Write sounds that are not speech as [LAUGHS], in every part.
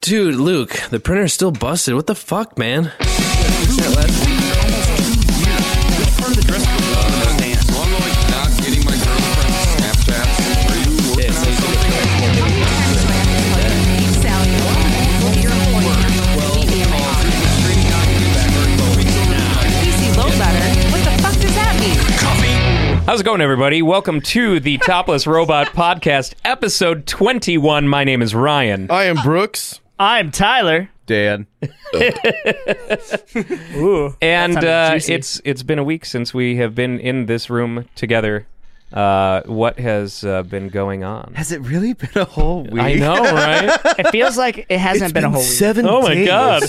Dude, Luke, the printer's still busted. What the fuck, man? So I'm like not getting my girlfriend's Snapchats. Are you working on something? How's it going, everybody? Welcome to [LAUGHS] the Topless Robot Podcast, episode 21. My name is Ryan. I am Brooks. I'm Tyler. Dan. Ooh. And sounded uh, juicy. it's it's been a week since we have been in this room together. Uh, what has uh, been going on? Has it really been a whole week? I know, [LAUGHS] right? It feels like it hasn't been, a whole week. Seven. oh my days. god!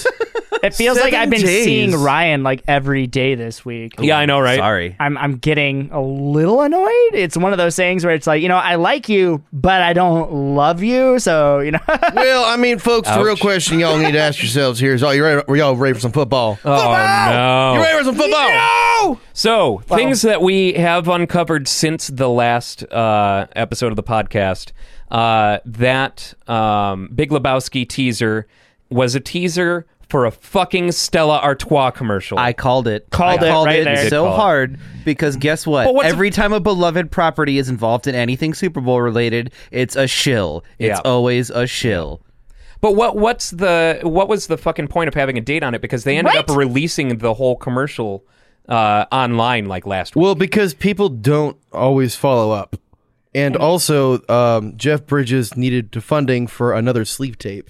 It feels like seven I've been days. seeing Ryan like every day this week. Yeah, I know, right? Sorry. I'm I'm getting a little annoyed. It's one of those things where it's like, you know, I like you, but I don't love you. So, you know, [LAUGHS] Well, I mean, folks, the real Ouch. question question y'all need to ask yourselves here is: Are you ready? Are y'all ready for some football? Oh You no! ready for some football? So, things that we have uncovered since the last uh, episode of the podcast. Uh, that um, Big Lebowski teaser was a teaser for a fucking Stella Artois commercial. I called it. Called I it called right it there. You did so call it. hard because guess what? But what's- Every time a beloved property is involved in anything Super Bowl related, it's a shill. It's Yeah. always a shill. but what what's the what was the fucking point of having a date on it? Because they ended Right? up releasing the whole commercial uh, online like last week. Well, because people don't always follow up, and also um, Jeff Bridges needed to funding for another sleeve tape.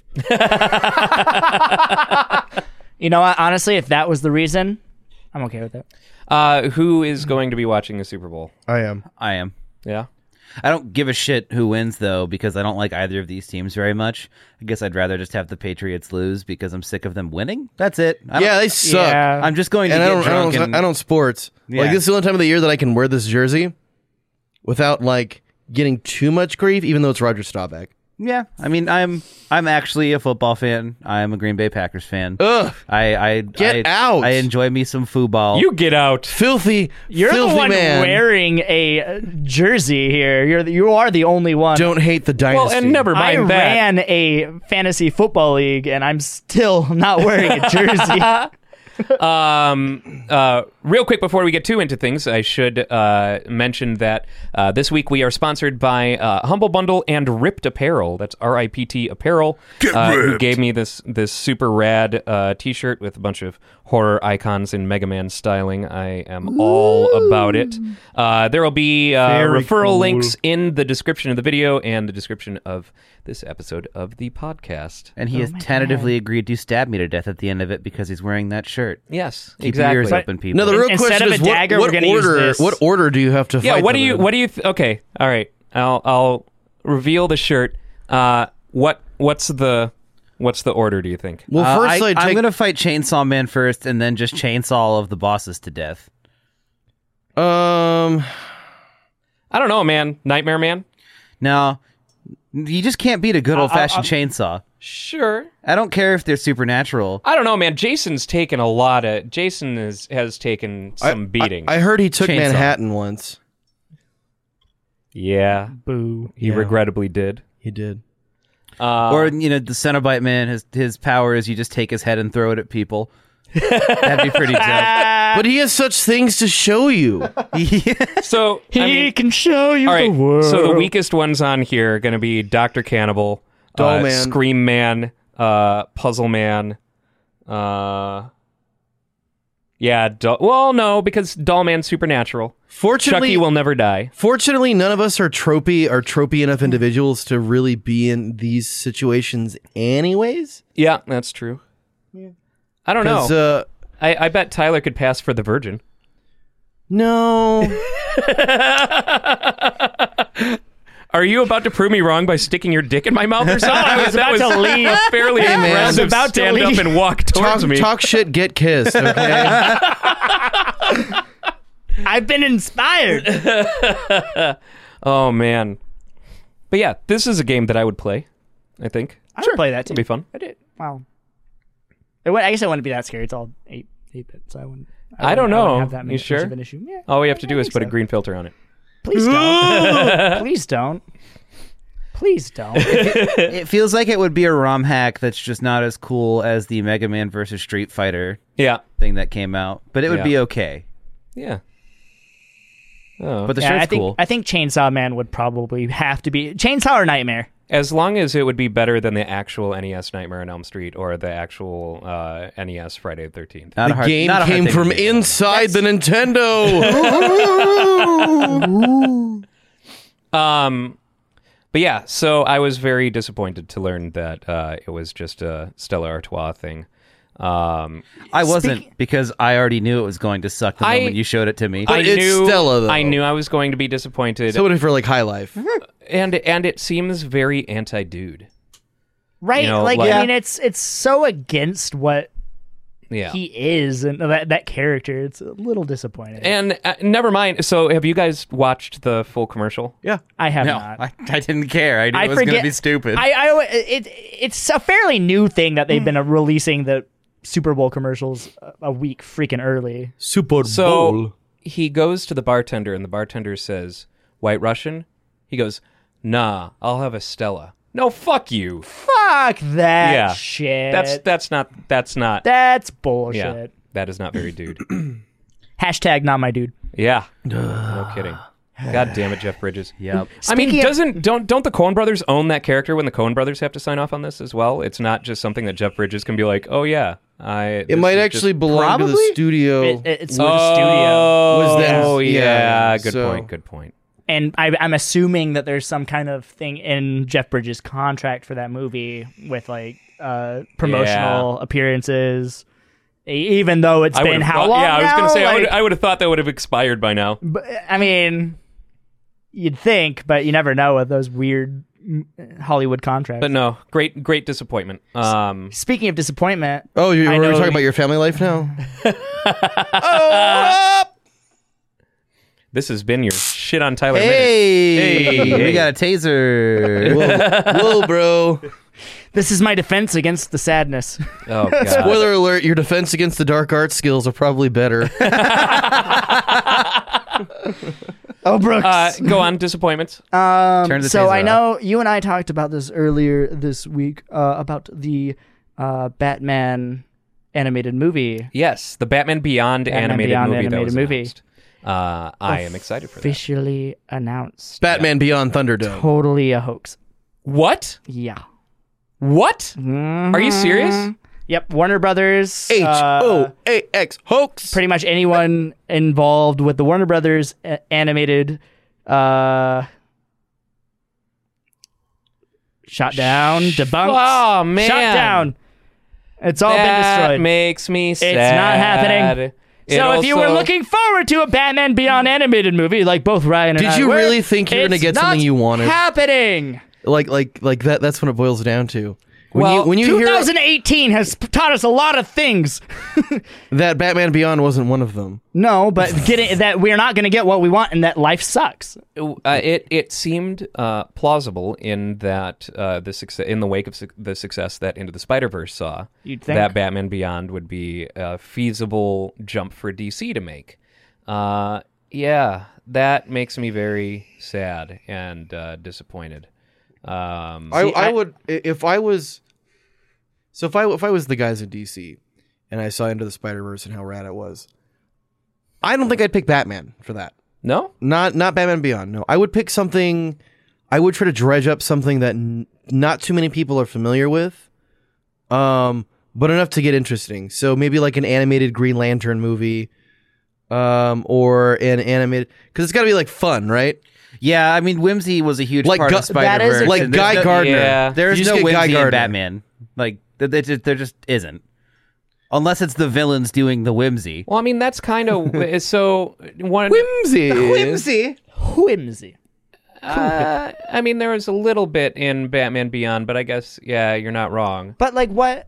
you know, what? honestly, if that was the reason, I'm okay with it. Uh, who is going to be watching the Super Bowl? I am. I am. Yeah. I don't give a shit who wins though because I don't like either of these teams very much. I guess I'd rather just have the Patriots lose because I'm sick of them winning. That's it. I Yeah, don't- they suck. Yeah. I'm just going to And I get don't, I drunk don't. and I don't sports. Yeah. Like this is the only time of the year that I can wear this jersey without like getting too much grief, even though it's Roger Staubach. Yeah, I mean, I'm I'm actually a football fan. I'm a Green Bay Packers fan. Ugh. I I Get I- out. I enjoy me some football. You get out. Filthy. You're filthy the one man. wearing a uh, jersey here. You're the, you are the only one. Don't hate the dynasty. Well, and never I mind that. ran a fantasy football league and I'm still [LAUGHS] not wearing a jersey. Um, uh, real quick before we get too into things, I should uh, mention that uh, this week we are sponsored by uh, Humble Bundle and Ripped Apparel. That's R I P T Apparel. uh, Who gave me this this super rad uh, T shirt with a bunch of horror icons in Mega Man styling. I am all about it. Uh, there will be uh, referral links in the description of the video and the description of this episode of the podcast. And he has tentatively agreed to stab me to death at the end of it because he's wearing that shirt. Yes, Keep exactly. your ears open, people. No, the real Instead question of a is what- dagger, what, we're gonna use order? this. What order do you have to? Yeah, fight what do them you in? what do you th- Okay, all right. I'll I'll reveal the shirt. Uh what what's the what's the order do you think? well, Uh, first I, I, am take. gonna fight Chainsaw Man first, and then just chainsaw all of the bosses to death. um, I don't know, man. Nightmare man? Now, you just can't beat a good old fashioned chainsaw. Sure. I don't care if they're supernatural. I don't know, man. Jason's taken a lot of Jason is has taken some beating. I heard he took Chainsaw. Manhattan once. yeah. Boo. He regrettably did. He did. Uh, or you know, the Cenobite Man. His his power is you just take his head and throw it [LAUGHS] at people. That'd be pretty dope. Uh, but he has such things to show [LAUGHS] you. so He I mean, can show you all right. the world. So the weakest ones on here are going to be Doctor Cannibal, Doll uh, Man. Scream Man, uh, Puzzle Man. Uh, yeah. Doll- well, no, because Doll Man's supernatural. Fortunately, Chucky will never die. fortunately, none of us are tropey are tropey enough individuals to really be in these situations, anyways. Yeah, that's true. I don't know. 'Cause, uh, I, I bet Tyler could pass for the Virgin. no, Are you about to prove me wrong by sticking your dick in my mouth [LAUGHS] or something? I was about to leave. Fairly man. I was aggressive. about to stand up leave. and walk towards talk, me. talk shit, get kissed. Okay, I've [LAUGHS] been inspired. Oh man. But yeah, this is a game that I would play. I think I would play that too. it'd be fun. I did. Wow. It would, I guess it wouldn't be that scary. It's all eight eight bit, so I wouldn't. I don't wouldn't- know. wouldn't have that You many- much sure? Of an issue. Yeah, All we have to do I is think put a so. green filter on it. [LAUGHS] Please don't. Please don't. Please don't. It feels like it would be a ROM hack that's just not as cool as the Mega Man versus Street Fighter Yeah. thing that came out, but it would Yeah. be okay. Yeah. Oh. But the Yeah, shirt's I think cool. I think Chainsaw Man would probably have to be Chainsaw or Nightmare. As long as it would be better than the actual NES Nightmare on Elm Street or the actual uh, NES Friday the 13th. Not a The hard- game not a hard came thing to from do. inside the Nintendo. Um, but yeah, so I was very disappointed to learn that uh, it was just a Stella Artois thing. Um, I wasn't Speak- because I already knew it was going to suck the I- moment you showed it to me. I it's knew Stella, though. I knew I was going to be disappointed, so what if for like High Life? and and it seems very anti dude. Right? You know, like, like- I mean it's it's so against what Yeah, he is and that that character. It's a little disappointing. and uh, never mind. So have you guys watched the full commercial? Yeah. I have no, not. I, I didn't care. I knew it was going to be stupid. I, I alwa- it it's a fairly new thing that they've Hmm. been uh, releasing the Super Bowl commercials a- a week freaking early. Super So Bowl. he goes to the bartender, and the bartender says, "White Russian." He goes, "Nah, I'll have a Stella." No, fuck you. Fuck that Yeah. shit. That's that's not that's not that's yeah. bullshit. That is not very dude. Hashtag not my dude. Yeah. no kidding. God damn it, Jeff Bridges. yep. I mean, Speaking of- doesn't don't don't the Coen brothers own that character when the Coen brothers have to sign off on this as well? It's not just something that Jeff Bridges can be like, "Oh yeah, I." It might actually belong to the probably- studio. It- it- it's oh, the studio. Was that- Oh yeah, yeah, yeah, good so- point. Good point. and I, I'm assuming that there's some kind of thing in Jeff Bridges' contract for that movie with like uh, promotional appearances, E- even though it's I been would've how thought- long? Yeah, I was now? gonna say I Like, would, I would have thought that would have expired by now. but, I mean, you'd think, but you never know with those weird mm, Hollywood contracts. But no, great great disappointment. Um, Speaking of disappointment, oh, you I were know- talking about your family life [LAUGHS] now? Oh, this has been your shit on Tyler. Minute. Hey, Hey. we got a [LAUGHS] taser. Whoa, [LAUGHS] bro. this is my defense against the sadness. Oh god. Spoiler alert, your defense against the dark art skills are probably [LAUGHS] better. [LAUGHS] oh, [LAUGHS] Brooks. Uh, go on, disappointments. Um, Turn the so taser I know you and I talked about this earlier this week uh, about the uh, Batman animated movie. Yes, the Batman Beyond animated Beyond movie that animated was movie. announced. Uh, I am excited for that. Officially announced. Batman Beyond Thunderdome. Totally a hoax. What? Yeah. What? Are you serious? Yep. Warner Brothers. H uh, O A X hoax. pretty much anyone involved with the Warner Brothers a- animated uh, shot down, debunked, Oh man! shot down. It's all that been destroyed. makes me sad. not happening. It so if you were also- looking forward to a Batman Beyond animated movie, like both Ryan and Did I you were, really think you were gonna it's get something not you wanted? Happening. like like like that that's when it boils down to. When Well, you when you hear 2018 has taught us a lot of things. that Batman Beyond wasn't one of them. no, but getting that we're not going to get what we want, and that life sucks. uh, it it seemed uh, plausible in that uh, the success in the wake of su- the success that Into the Spider Verse saw, You'd think. that Batman Beyond would be a feasible jump for DC to make. Uh, yeah, that makes me very sad and uh, disappointed. Um, I, See, I I- would i- if I was so if I if I was the guys in DC and I saw Into the Spider Verse and how rad it was, I don't think I'd pick Batman for that. no, Not not Batman Beyond. No, I would pick something. I would try to dredge up something that n- not too many people are familiar with, um, but enough to get interesting. So maybe like an animated Green Lantern movie, um, or an animated because it's got to be like fun, right? yeah, I mean, whimsy was a huge Like part Gu- of Spider that is Verse. a- Like Guy no, Gardner. Yeah. There is You just no get Guy whimsy in Gardner. Batman. Like th- th- th- there just isn't, unless it's the villains doing the whimsy. well, I mean that's kind [LAUGHS] of so. One, Whimsy. Whimsy. Whimsy. Uh, [LAUGHS] I mean, there was a little bit in Batman Beyond, but I guess yeah, you're not wrong. But like what?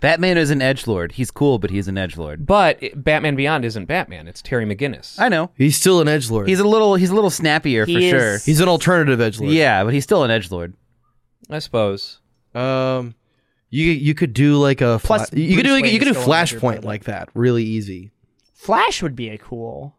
Batman is an edge lord. He's cool, but he's an edge lord. But it- Batman Beyond isn't Batman; it's Terry McGinnis. I know. He's still an edge lord. He's a little. He's a little snappier He for is- sure. He's an alternative edge lord. yeah, but he's still an edge lord. I suppose. Um, you you could do like a fla- Plus, you could do Bruce like, you Wayne's could do still an edge lord, Flashpoint like that really easy. [CLEARS THROAT] Flash would be a cool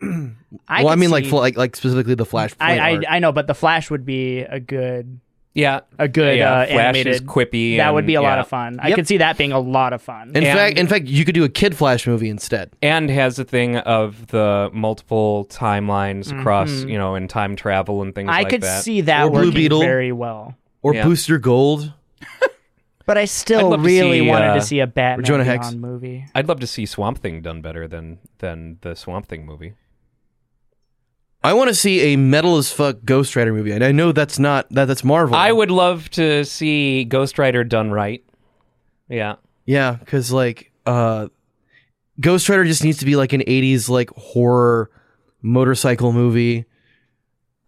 I well, I could mean, like, see- fl- like, like specifically the Flash. I, plate I art. I know, but the Flash would be a good Yeah, a good yeah, uh, Flash animated is quippy. That would and- be a lot yeah. of fun. I could see that being a lot of fun. in and- fact, in fact, you could do a Kid Flash movie instead. and has the thing of the multiple timelines across, you know, and time travel and things I like could that. see that Or Blue working Beetle. very well. Or Yeah. Booster Gold. But I I'd still love to really see, wanted uh, to see a Batman Jonah Beyond Hex. movie. I'd love to see Swamp Thing done better than than the Swamp Thing movie. I want to see a metal as fuck Ghost Rider movie, and I know that's not that that's Marvel. I would love to see Ghost Rider done right. Yeah. yeah, because like uh, Ghost Rider just needs to be like an '80s like horror motorcycle movie.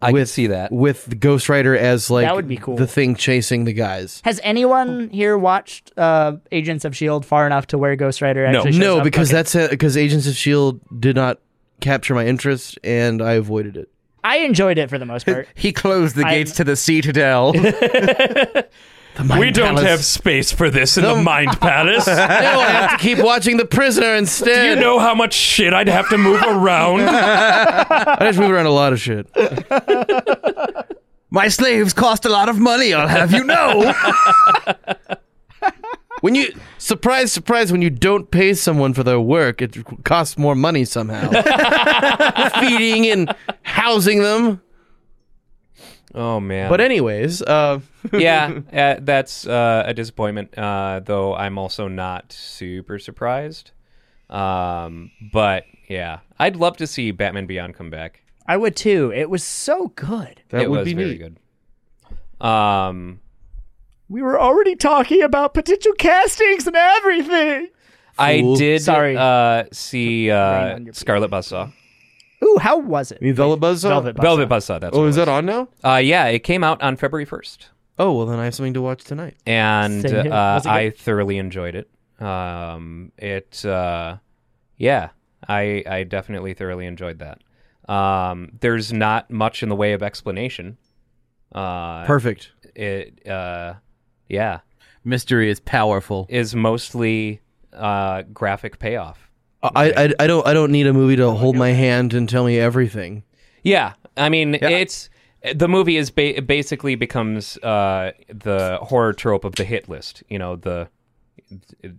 I with, could see that. with the Ghost Rider as like That would be cool. the thing chasing the guys. Has anyone here watched uh, Agents of Shield far enough to where Ghost Rider actually shows No, up? because Okay. that's because Agents of Shield E did not capture my interest, and I avoided it. I enjoyed it for the most [LAUGHS] part. He closed the I- gates to the [LAUGHS] citadel. We don't have space for this in the Mind Palace. [LAUGHS] No, I have to keep watching The Prisoner instead. know how much shit I'd have to move around? I just move around a lot of shit. My slaves cost a lot of money. I'll have you know. When you surprise, surprise, when you don't pay someone for their work, it costs more [LAUGHS] money somehow. Feeding and housing them. oh man. But anyways, uh, [LAUGHS] yeah, uh, that's uh, a disappointment. Uh, though I'm also not super surprised. Um, but yeah, I'd love to see Batman Beyond come back. I would too. It was so good. that it would was be very neat. good. Um, We were already talking about potential castings and everything. I Fool. did Sorry. uh, see uh, on your Scarlet Buzzsaw. Ooh, how was it? You mean Velvet Buzzsaw? Velvet Buzzsaw. Velvet Buzzsaw, that's Oh, what is it that on now? was. Uh, yeah, it came out on February 1st. Oh, well, then I have something to watch tonight. and Same here. uh, Was it good? I thoroughly enjoyed it. Um, it, uh, yeah, I I definitely thoroughly enjoyed that. Um, there's not much in the way of explanation. Uh, Perfect. it, uh, yeah, [LAUGHS] Mystery is powerful. is mostly uh, graphic payoff. I, I, I don't I don't need a movie to hold my hand and tell me everything. Yeah, I mean, it's the movie is ba- basically becomes uh, the horror trope of the hit list. You know, the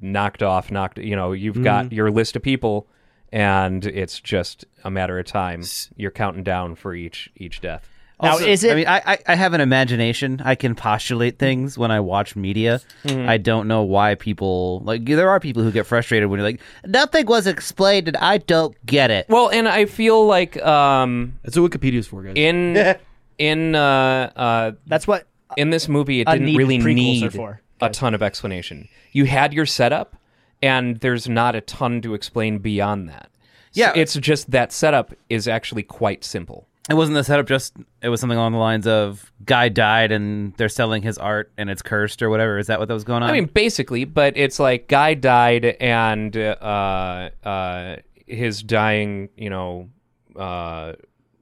knocked off, knocked. You know, you've got your list of people, and it's just a matter of time. You're counting down for each each death. Now, Also, is it- I mean, I, I, I have an imagination. I can postulate things when I watch media. I don't know why people like. There are people who get frustrated when you're like, nothing was explained, and I don't get it. Well, and I feel like um, That's what Wikipedia's for, guys. in [LAUGHS] in uh, uh, That's what in this movie it didn't Unneeded really prequels need are for, a ton of explanation. You had your setup, and there's not a ton to explain beyond that. Yeah. it's just that setup is actually quite simple. It wasn't the setup. Just it was something along the lines of guy died, and they're selling his art, and it's cursed or whatever. Is that what that was Um, going on? I mean, basically, but it's like guy died, and uh, uh, his dying, you know, uh,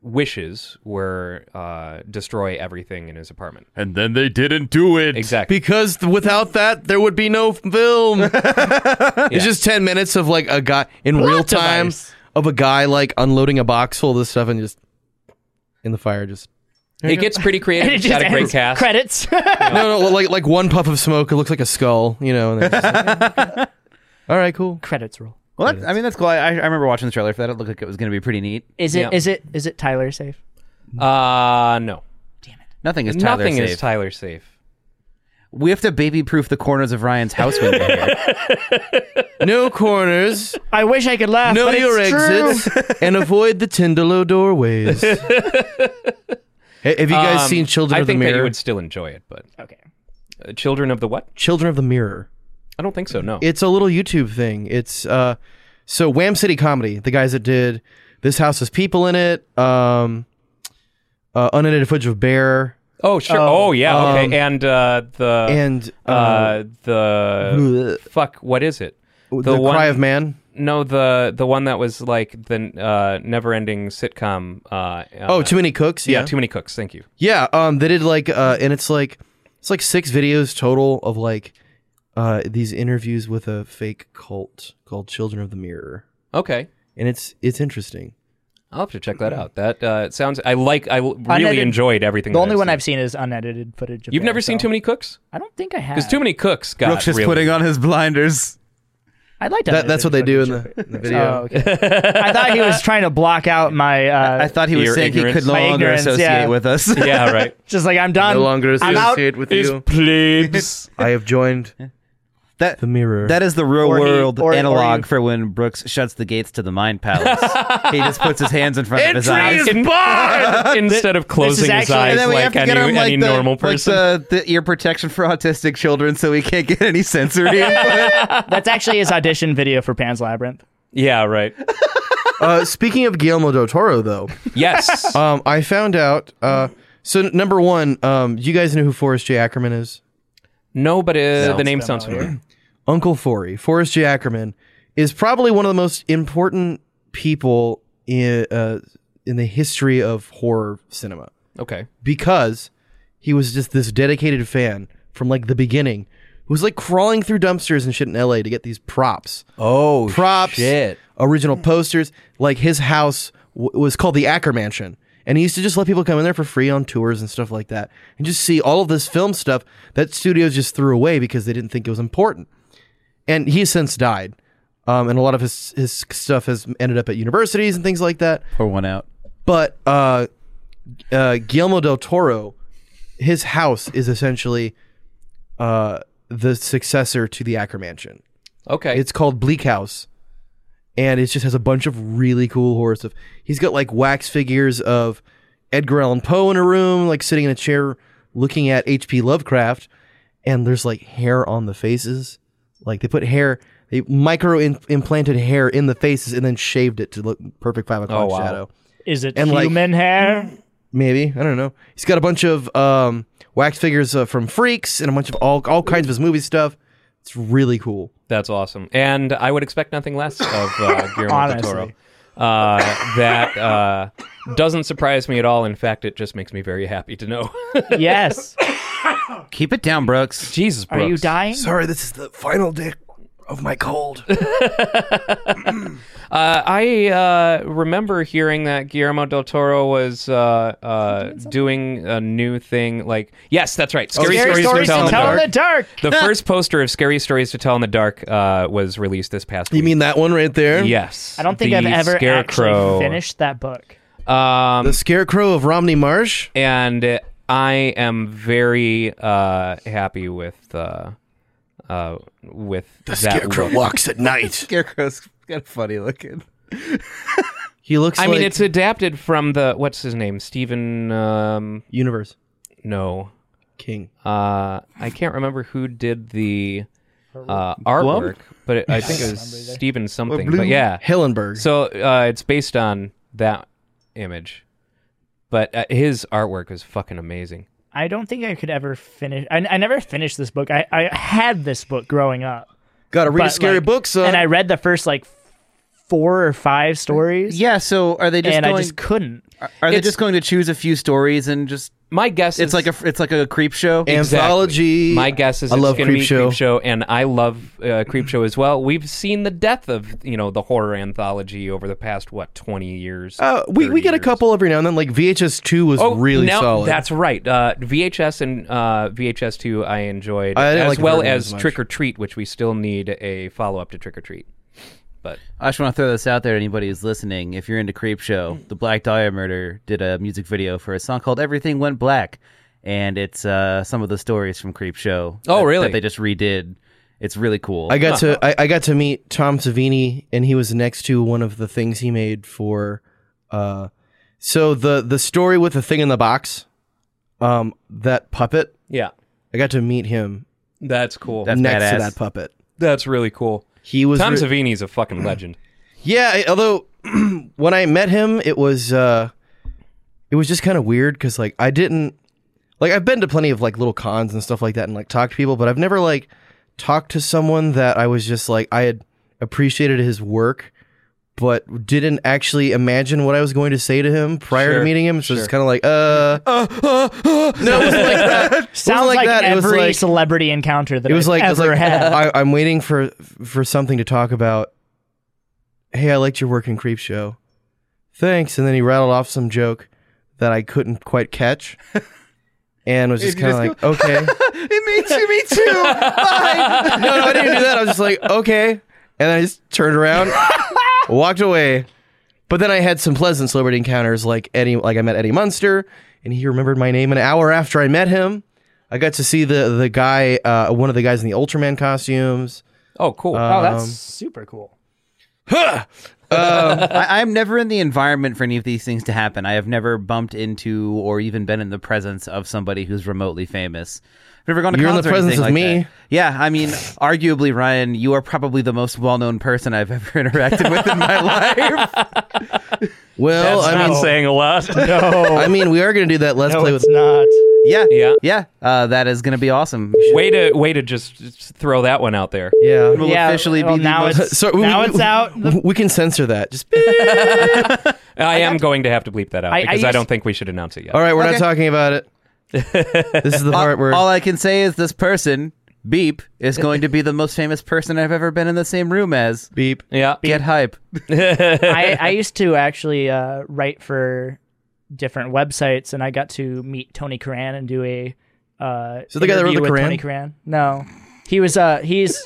wishes were uh, destroy everything in his apartment. and then they didn't do it. Exactly. Because th- without that, there would be no [LAUGHS] film. It's just 10 minutes of like a guy in real time device. of a guy like unloading a box full of this stuff and just in the fire just [LAUGHS] It gets pretty creative. [LAUGHS] it It's just got a great ends. cast. [LAUGHS] Credits. no no like like one puff of smoke it looks like a skull you know and then it's [LAUGHS] just like, all right cool Credits roll. Well, that- I mean, that's cool. I, I remember watching the trailer for that. It looked like it was going to be pretty neat. Is it? Yeah. Is it? Is it Tyler safe? Uh, no, Nothing is Tyler nothing safe. is Tyler safe. we have to baby-proof the corners of Ryan's house window here. no [LAUGHS] corners I wish I could laugh. know but your it's exits True. and avoid the [LAUGHS] Tindalo doorways Ha- have you guys Um, seen Children I of the think that you Mirror would still enjoy it, but okay. uh, Children of the what? Children of the Mirror I don't think so. No. it's a little YouTube thing. It's uh, so Wham City Comedy, the guys that did This House Has People in It, um, uh, Unedited Footage of Bear, oh sure. Oh, yeah. um, okay. And uh, the and uh, uh, the fuck. What is it? The, the one- Cry of Man. No, the the one that was like the uh, never-ending sitcom. Uh, uh, Oh, Too Many Cooks. yeah, Yeah, too many cooks. Thank you. yeah. Um, they did like, uh, and it's like it's like six videos total of like uh, these interviews with a fake cult called Children of the Mirror, Okay, and it's it's interesting. I'll have to check that out. That uh, it sounds. I like. I l- really Unedited- enjoyed everything. The that only one seen. I've seen is unedited footage. Of You've him, never seen so- Uh, Too Many Cooks? I don't think I have. Because Too Many Cooks got Brooks just really- putting on his blinders. I'd like to. That, that's what they do in the, [LAUGHS] in the video. Oh, I thought he was trying to block out my. [LAUGHS] Uh, I thought he was Your saying he ignorance. could no My longer ignorance, associate yeah. with us. [LAUGHS] [LAUGHS] Yeah, [LAUGHS] right. just like I'm done. No longer I'm out. associate with you. Plebes. I have joined that the mirror. that is the real Or he- world or- or analog you- for when Brooks shuts the gates to the mind palace. he just puts his hands in front of his Entry eyes. is In- Instead of closing his actually- eyes And like any, any the, normal like person. the, the ear protection for autistic children so we can't get any sensory input. That's actually his audition video for Pan's Labyrinth. [LAUGHS] yeah, right. uh, speaking of Guillermo del Toro, though, [LAUGHS] Yes. um, I found out. Uh, so n- number one, um, you guys know who Forrest J. Ackerman is? no, but uh, the name sounds familiar. Uncle Forey, Forrest J. Ackerman, is probably one of the most important people in uh, in the history of horror cinema Okay. because he was just this dedicated fan from like the beginning. Who was like crawling through dumpsters and shit in L.A. to get these props. Oh, props, shit. original posters. Like his house w- was called the Acker Mansion, and he used to just let people come in there for free on tours and stuff like that, and just see all of this film stuff that studios just threw away because they didn't think it was important. And he has since died, um, and a lot of his his stuff has ended up at universities and things like that. Pour one out. But uh, uh, Guillermo del Toro, his house is essentially uh, the successor to the Acker Mansion. Okay. It's called Bleak House, and it just has a bunch of really cool horror stuff. He's got like wax figures of Edgar Allan Poe in a room, like sitting in a chair looking at H.P. Lovecraft, and there's like hair on the faces. Like they put hair, they micro im- implanted hair in the faces and then shaved it to look perfect five o'clock wow. shadow. Is it And, like- [LAUGHS] human hair? Maybe I don't know. He's got a bunch of um, wax figures uh, from Freaks and a bunch of all all kinds of his movie stuff. It's really cool. That's awesome, and I would expect nothing less of uh, Guillermo del Honestly. Toro. Uh, that uh, doesn't surprise me at all. In fact, it just makes me very happy to know. [LAUGHS] Yes. Keep it down, Brooks. Jesus, Are you Brooks. dying? Sorry, this is the final day of my cold. Uh, I uh, remember hearing that Guillermo del Toro was uh, uh, doing a new thing. Like, yes, that's right. Scary, Oh, Scary stories to tell in the dark. The first poster of Scary Stories to Tell in the Dark uh, was released this past [LAUGHS] You week. mean that one right there? yes. I don't think The I've ever Scarecrow. actually finished that book. Um, The Scarecrow of Romney Marsh. and uh, I am very uh, happy with uh, uh, with the that look. walks at [LAUGHS] night. Scarecrow's kind of funny looking. [LAUGHS] He looks. I like mean, it's adapted from the what's his name, Stephen. Um, universe no, king. uh, I can't remember who did the uh, artwork, but it, I think it was Stephen something. But yeah, Hillenberg. so uh, it's based on that image, but uh, his artwork is fucking amazing. I don't think I could ever finish. I, I never finished this book. I, I had this book growing up. Got to read but, scary like- books. uh, and I read the first like four or five stories. Yeah, so are they just and going? I just couldn't. Uh, are they it's- just going to choose a few stories and just? My guess It's is like a it's like a creep show. anthology. My guess is I it's love going to be Creepshow. Creepshow, and I love uh, Creepshow as well. We've seen the death of you know the horror anthology over the past what twenty years. Uh, we 30 we get a years. couple every now and then. Like VHS two was Oh, really now- solid. That's right. Uh, VHS and uh, VHS two I enjoyed I didn't as like the well third one as as much. Trick or Treat, which we still need a follow up to Trick or Treat. I just want to throw this out there. to Anybody who's listening, if you're into creep show, Mm. the Black Dahlia Murder did a music video for a song called "Everything Went Black," and it's uh, some of the stories from creep show. Oh, that- really? That they just redid. It's really cool. I got to I, I got to meet Tom Savini, and he was next to one of the things he made for. Uh, so the the story with the thing in the box, um, that puppet. Yeah, I got to meet him that's cool. That's, That's next badass. to that puppet. really cool. He was Tom re- Savini's a fucking legend. Yeah, I- although [CLEARS THROAT] when I met him, it was uh it was just kind of weird cuz like I didn't like I've been to plenty of like little cons and stuff like that and like talked to people, but I've never like talked to someone that I was just like I had appreciated his work but didn't actually imagine what I was going to say to him prior Sure, to meeting him. So it's kind of like, uh, uh, uh, no, it was like that. [LAUGHS] It wasn't Sounds like, It was every like- celebrity encounter that it was like, I've it was ever like, uh, had. I, I'm waiting for for something to talk about. Hey, I liked your work in Creep Show. thanks. And then he rattled off some joke that I couldn't quite catch. And was just you kind of like, just [LAUGHS] okay. it makes [LAUGHS] me too. Bye. no, no, I didn't do that. I was just like, okay. And then I just turned around, walked away. But then I had some pleasant celebrity encounters, like Eddie, like I met Eddie Munster, and he remembered my name an hour after I met him. I got to see the the guy, uh, one of the guys in the Ultraman costumes. Oh, cool. Oh, that's super cool. I, I'm never in the environment for any of these things to happen. I have never bumped into or even been in the presence of somebody who's remotely famous. I've never gone to You're in the cons or anything presence of like me. that. Yeah, I mean, arguably, Ryan, you are probably the most well-known person I've [LAUGHS] ever interacted with in my life. Well, I mean, saying a lot. [LAUGHS] [LAUGHS] I mean, we are gonna do that. Let's No, play it's with. not. [LAUGHS] Yeah, Yeah. yeah. Uh, that is going to be awesome. way to way to just just throw that one out there. [LAUGHS] Yeah. Will Yeah, officially well, be the now most- [LAUGHS] it's So we- now we- it's out. We can censor that. Just I, am going to have to bleep that out I- I because I, used- don't think we should announce it yet. all right. We're Okay. not talking about [LAUGHS] it. This is the part where All I can say is this person, Beep, is going to be the most famous person I've ever been in the same room as. beep. Yeah. Get hype. I, I used to actually uh, write for different websites, and I got to meet Tony Curran and do a. Uh, So the guy that wrote interview the with Curran? Tony Curran. No, he was. [LAUGHS] Uh, he's.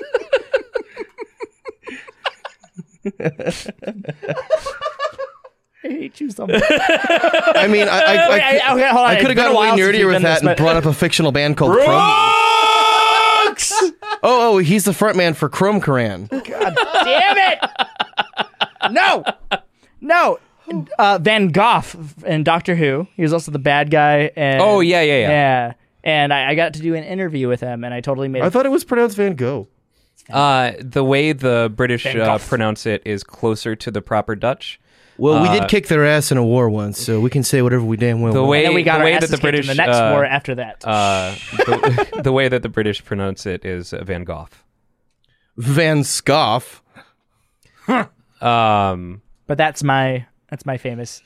I hate [LAUGHS] you so much. I mean, I I, I, Wait, I- okay, hold could on. It's have been gotten a way while since nerdier we've with done that this, and but- brought up a fictional band called Chrome. Oh, [LAUGHS] oh, he's the frontman for Chrome Koran. Damn it! No, no. Uh, Van Gogh in Doctor Who. He was also the bad guy. And, Oh, yeah, yeah, yeah. yeah. And I, I got to do an interview with him, and I totally made. I it. thought it was pronounced Van Gogh. Uh, the way the British uh, Gogh. pronounce it is closer to the proper Dutch. Well, we Uh, did kick their ass in a war once, so we can say whatever we damn well The want. way and then we got the our way asses that the kicked in British the next uh, war after that. uh, the, [LAUGHS] the way that the British pronounce it is uh, Van Gogh. Van Scoff. Um, but that's my that's my famous.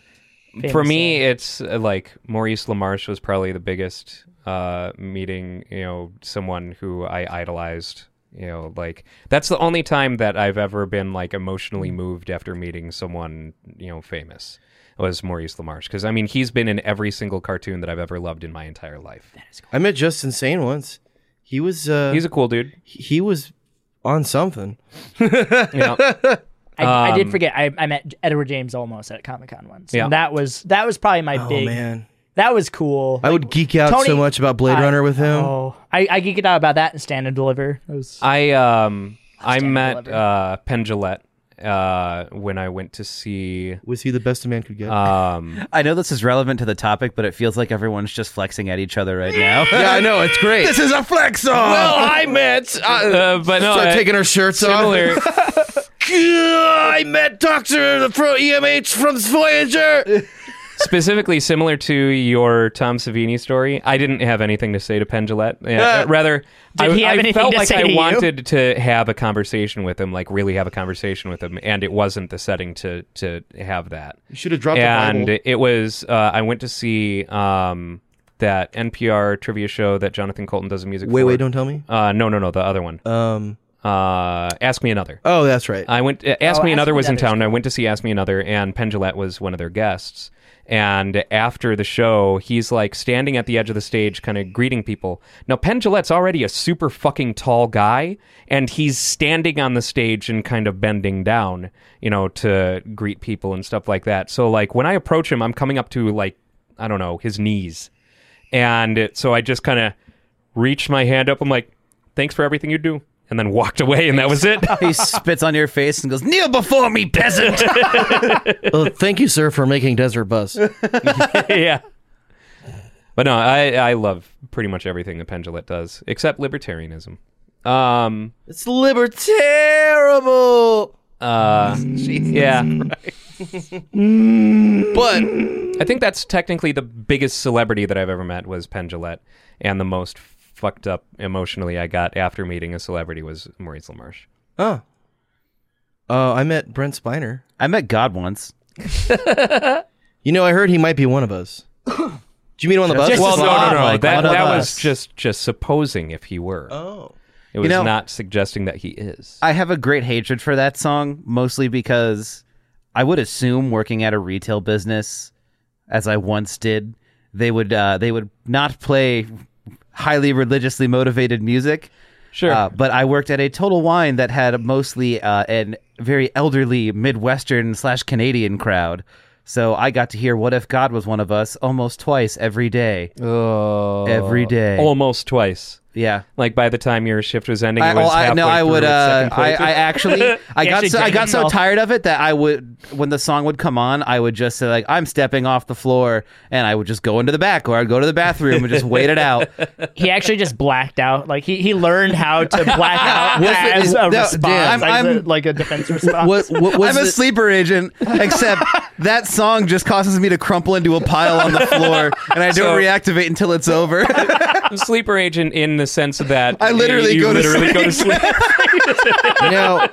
famous, for me, uh, it's uh, like Maurice LaMarche was probably the biggest uh, meeting. You know, someone who I idolized. You know, like that's the only time that I've ever been like emotionally Mm-hmm. moved after meeting someone you know famous was Maurice LaMarche because I mean he's been in every single cartoon that I've ever loved in my entire life. I met Justin Sane once. He was uh, He's a cool dude. he was on something. Yeah. I, I did um, forget. I, I met Edward James almost at Comic Con once. Yeah. And that was that was probably my Oh big. man, That was cool. I would geek out so Tony- much about Blade I- Runner with him. Oh, I, I geeked out about that and stand and deliver. That was I um I Stand met deliver. uh, Penn Jillette uh, when I went to see Was he the best a man could get? um I know this is relevant to the topic, but it feels like everyone's just flexing at each other right [LAUGHS] now. yeah, I know it's great. this is a flex song. Well, I met. Uh, uh, [LAUGHS] but [LAUGHS] no start I- taking our shirts [LAUGHS] similar off. I met Doctor the Pro EMH from [LAUGHS] Voyager. specifically similar to your Tom Savini story. I didn't have anything to say to Penn Jillette. Yeah, Uh, rather, I, he have I anything felt to like say I to you? wanted to have a conversation with him, like really have a conversation with him, and it wasn't the setting to to have that. You should have dropped the and Bible. it was uh, I went to see um, that NPR trivia show that Jonathan Colton does the music. Wait, for. wait, don't tell me. Uh, no, no, no, the other one. Um. Uh, Ask Me Another. Oh, that's right. I went. Uh, Ask Oh, Me Ask Another Me was in Another's town. and I went to see Ask Me Another, and Pendulette was one of their guests. And after the show, he's like standing at the edge of the stage, kind of greeting people. Now, Pendulette's already a super fucking tall guy, and he's standing on the stage and kind of bending down, you know, to greet people and stuff like that. So, like, when I approach him, I'm coming up to, like, I don't know, his knees. And it, so I just kind of reached my hand up. I'm like, thanks for everything you do. And then walked away, and that was [LAUGHS] it. he spits on your face and goes, "Kneel before me, peasant." Well, thank you, sir, for making Desert [LAUGHS] Bus. [LAUGHS] yeah. But no, I, I love pretty much everything that Pendulet does, except libertarianism. Um, it's libertarible, uh, yeah. but I think that's technically the biggest celebrity that I've ever met was Pendulet, and the most fucked up emotionally I got after meeting a celebrity was Maurice LaMarche. oh, uh, I met Brent Spiner. I met God once. You know, I heard he might be one of [COUGHS] us. Do you mean on the bus? Just well, as no, odd, no, no. like that one of that us. was just just supposing if he were. oh, it was know- not suggesting that he is. I have a great hatred for that song, mostly because I would assume working at a retail business, as I once did, they would uh, they would not play highly religiously motivated music. Sure. Uh, but I worked at a Total Wine that had mostly uh, an very elderly Midwestern slash Canadian crowd. So I got to hear "What If God Was One of Us" almost twice every day. Oh, Every day. almost twice. Yeah. Like by the time your shift was ending, I, it was well, I, no, halfway I would. through its Uh, second I, playthrough. I [LAUGHS] actually, I got actually so, I dragged got so himself. tired of it that I would, when the song would come on, I would just say like, "I'm stepping off the floor," and I would just go into the back, or I'd go to the bathroom and just wait [LAUGHS] it out. He actually just blacked out. Like he, he learned how to [LAUGHS] black out Was it- as is- a no, response, as damn, a- I'm- like a defense response. What, what was I'm a the- sleeper agent, except that song just causes me to crumple into a pile on the floor, and I So- don't reactivate until it's over. [LAUGHS] sleeper agent in the sense that I literally you go to literally go to sleep. [LAUGHS] now,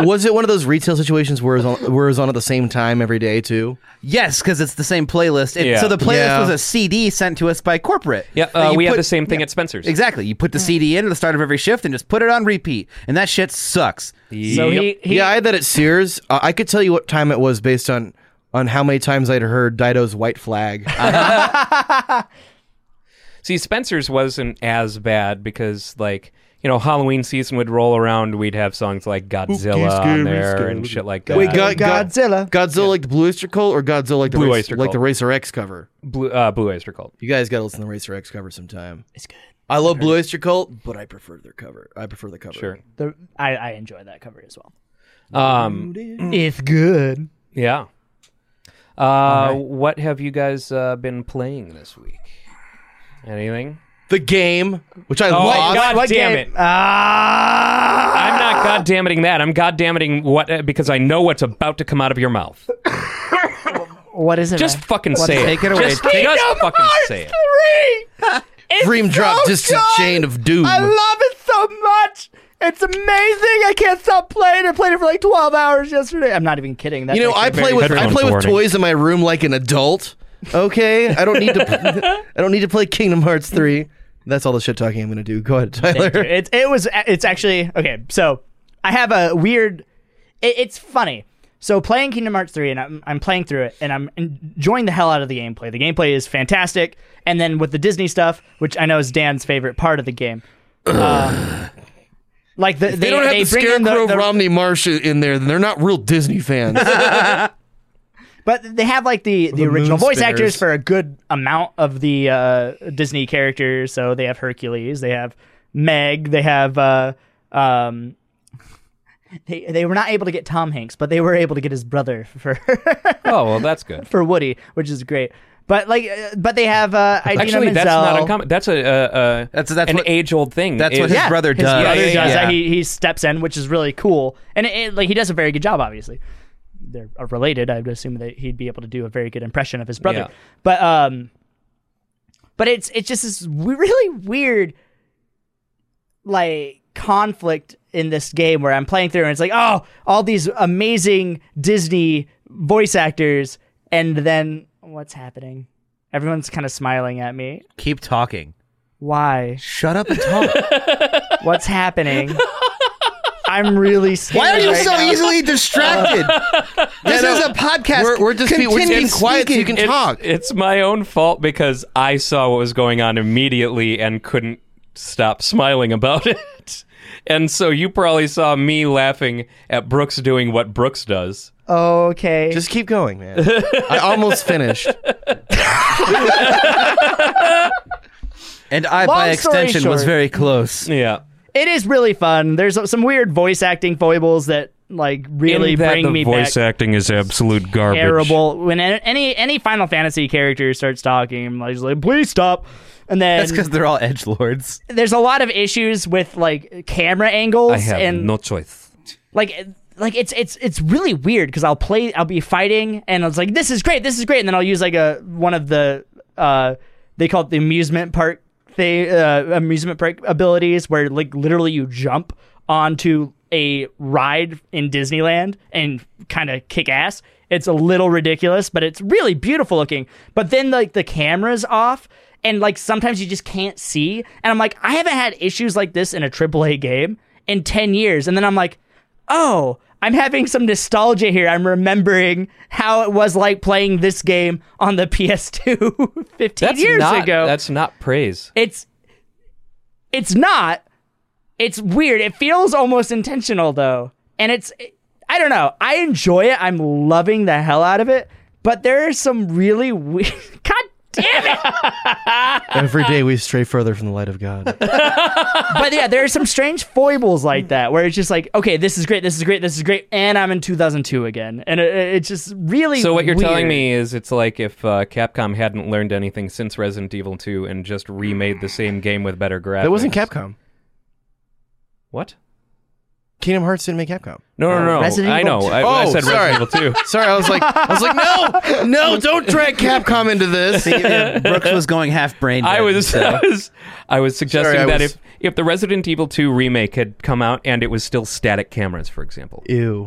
was it one of those retail situations where it was on, where it was on at the same time every day too? yes, because it's the same playlist. It- Yeah. So the playlist Yeah. was a CD sent to us by corporate. yeah, That uh, you we had put- the same thing at Spencer's. Exactly. You put the CD in at the start of every shift and just put it on repeat, and that shit sucks. so he, he yeah, I had that at Sears. Uh, I could tell you what time it was based on on how many times I'd heard Dido's White Flag. [LAUGHS] See, Spencer's wasn't as bad because, like, you know, Halloween season would roll around. We'd have songs like Godzilla on there and shit like that. Wait, God, Godzilla. Godzilla like the Blue Oyster Cult or Godzilla like the Blue Race- Oyster like Cult. the Racer X cover? Blue, uh, Blue Oyster Cult. You guys gotta listen to Racer X cover sometime. It's good. I love Blue Oyster Cult, but I prefer their cover. I prefer the cover. Sure. the, I, I enjoy that cover as well. Um, Mm. It's good. yeah. Uh, What have you guys uh, been playing this week? Anything? The game, which I Oh, lost. God damn it. Ah! I'm Ah. not goddammiting that. I'm goddammiting what uh, because I know what's about to come out of your mouth. What is it? Just Ryan? fucking say Take it. it away. Just, just fucking say it. Dream Drop Distant Chain of Doom. love it so much. It's amazing. I can't stop playing. I played it for like 12 hours yesterday. I'm not even kidding. That's You know, actually I a very- play with I Headphones play with warning. toys in my room like an adult. Okay, I don't [LAUGHS] need to. [LAUGHS] I don't need to play Kingdom Hearts three. That's all the shit talking I'm gonna do. Go ahead, Thank you. Tyler. It, it was. It's actually okay. So I have a weird. It, it's funny. So playing Kingdom Hearts three, and I'm, I'm playing through it, and I'm enjoying the hell out of the gameplay. The gameplay is fantastic, and then with the Disney stuff, which I know is Dan's favorite part of [SIGHS] the game. uh, like the, they, They don't have they the bring in Scarecrow the, the, Romney Marsh in there. Then they're not real Disney [LAUGHS] fans. but they have like the, the The original moon voice actors spares. for a good amount of the uh, Disney characters. So they have Hercules, they have Meg, they have uh, um, they they were not able to get Tom Hanks, but they were able to get his brother [LAUGHS] for Oh well, that's good. [LAUGHS] for Woody, which is great. But like, uh, but they have uh, Idina Actually, that's Menzel. not uncommon. That's a, uh, uh, That's- that's an what- age old thing. That's is- what his Yeah, brother his does. brother Yeah, yeah, does that. yeah. He, he steps in, which is really cool, and it, it- like he does a very good job. Obviously, they're uh, related. I would assume that he'd be able to do a very good impression of his brother. Yeah. But um, but it's it's just this w- really weird like conflict in this game where I'm playing through and it's like, oh, all these amazing Disney voice actors, and then what's happening? Everyone's kind of smiling at me. Keep talking. Why? Shut up and talk. What's happening? I'm really scared. [LAUGHS] Why are you right so now. [LAUGHS] easily distracted? this is a podcast. We're- we're just be- we're Continue just being quiet so you speaking. can it's, talk. It's my own fault because I saw what was going on immediately and couldn't stop smiling about [LAUGHS] it. And so you probably saw me laughing at Brooks doing what Brooks does. Okay. Just keep going, man. [LAUGHS] I almost finished. And I, Long by story extension, was short. [LAUGHS] very close. Yeah. it is really fun. There's some weird voice acting foibles that like really In that bring the me voice back. acting is absolute garbage. Terrible. When a- any any Final Fantasy character starts talking, I'm like, just like, please stop. And then That's because they're all edge [LAUGHS] lords. there's a lot of issues with like camera angles I have and no choice. like like it's it's it's really weird because I'll play I'll be fighting and I was like this is great this is great and then I'll use like a one of the uh they call it the amusement park thing uh, amusement park abilities where like literally you jump onto a ride in Disneyland and kind of kick ass. It's a little ridiculous, but it's really beautiful looking. But then like the camera's off and like sometimes you just can't see and I'm like I haven't had issues like this in a AAA game in 10 years and then I'm like oh, I'm having some nostalgia here. I'm remembering how it was like playing this game on the [LAUGHS] PS2 15 That's years not, ago. That's not praise. it's it's not. It's weird. It feels almost intentional though. And it's I don't know. I enjoy it. I'm loving the hell out of it, but there are some really weird [LAUGHS] God damn it. Every day we stray further from the light of God. but yeah, there are some strange foibles like that where it's just like, okay, this is great, this is great, this is great, and I'm in 2002 again, and it, it- it's just really. So what you're telling weird. me is it's like if uh, Capcom hadn't learned anything since Resident Evil 2 and just remade the same game with better graphics. That wasn't Capcom. What? Kingdom Hearts didn't make Capcom. No, no, no. Resident I Evil know. I, I Oh, said sorry. Resident [LAUGHS] Evil 2. Sorry, I was like, I was like, no, no, don't drag Capcom into this. Brooks was going half brain. I dead, was, so- I was, [LAUGHS] I was suggesting Sorry, I that was- if if the Resident Evil 2 remake had come out and it was still static cameras, for example, Ew.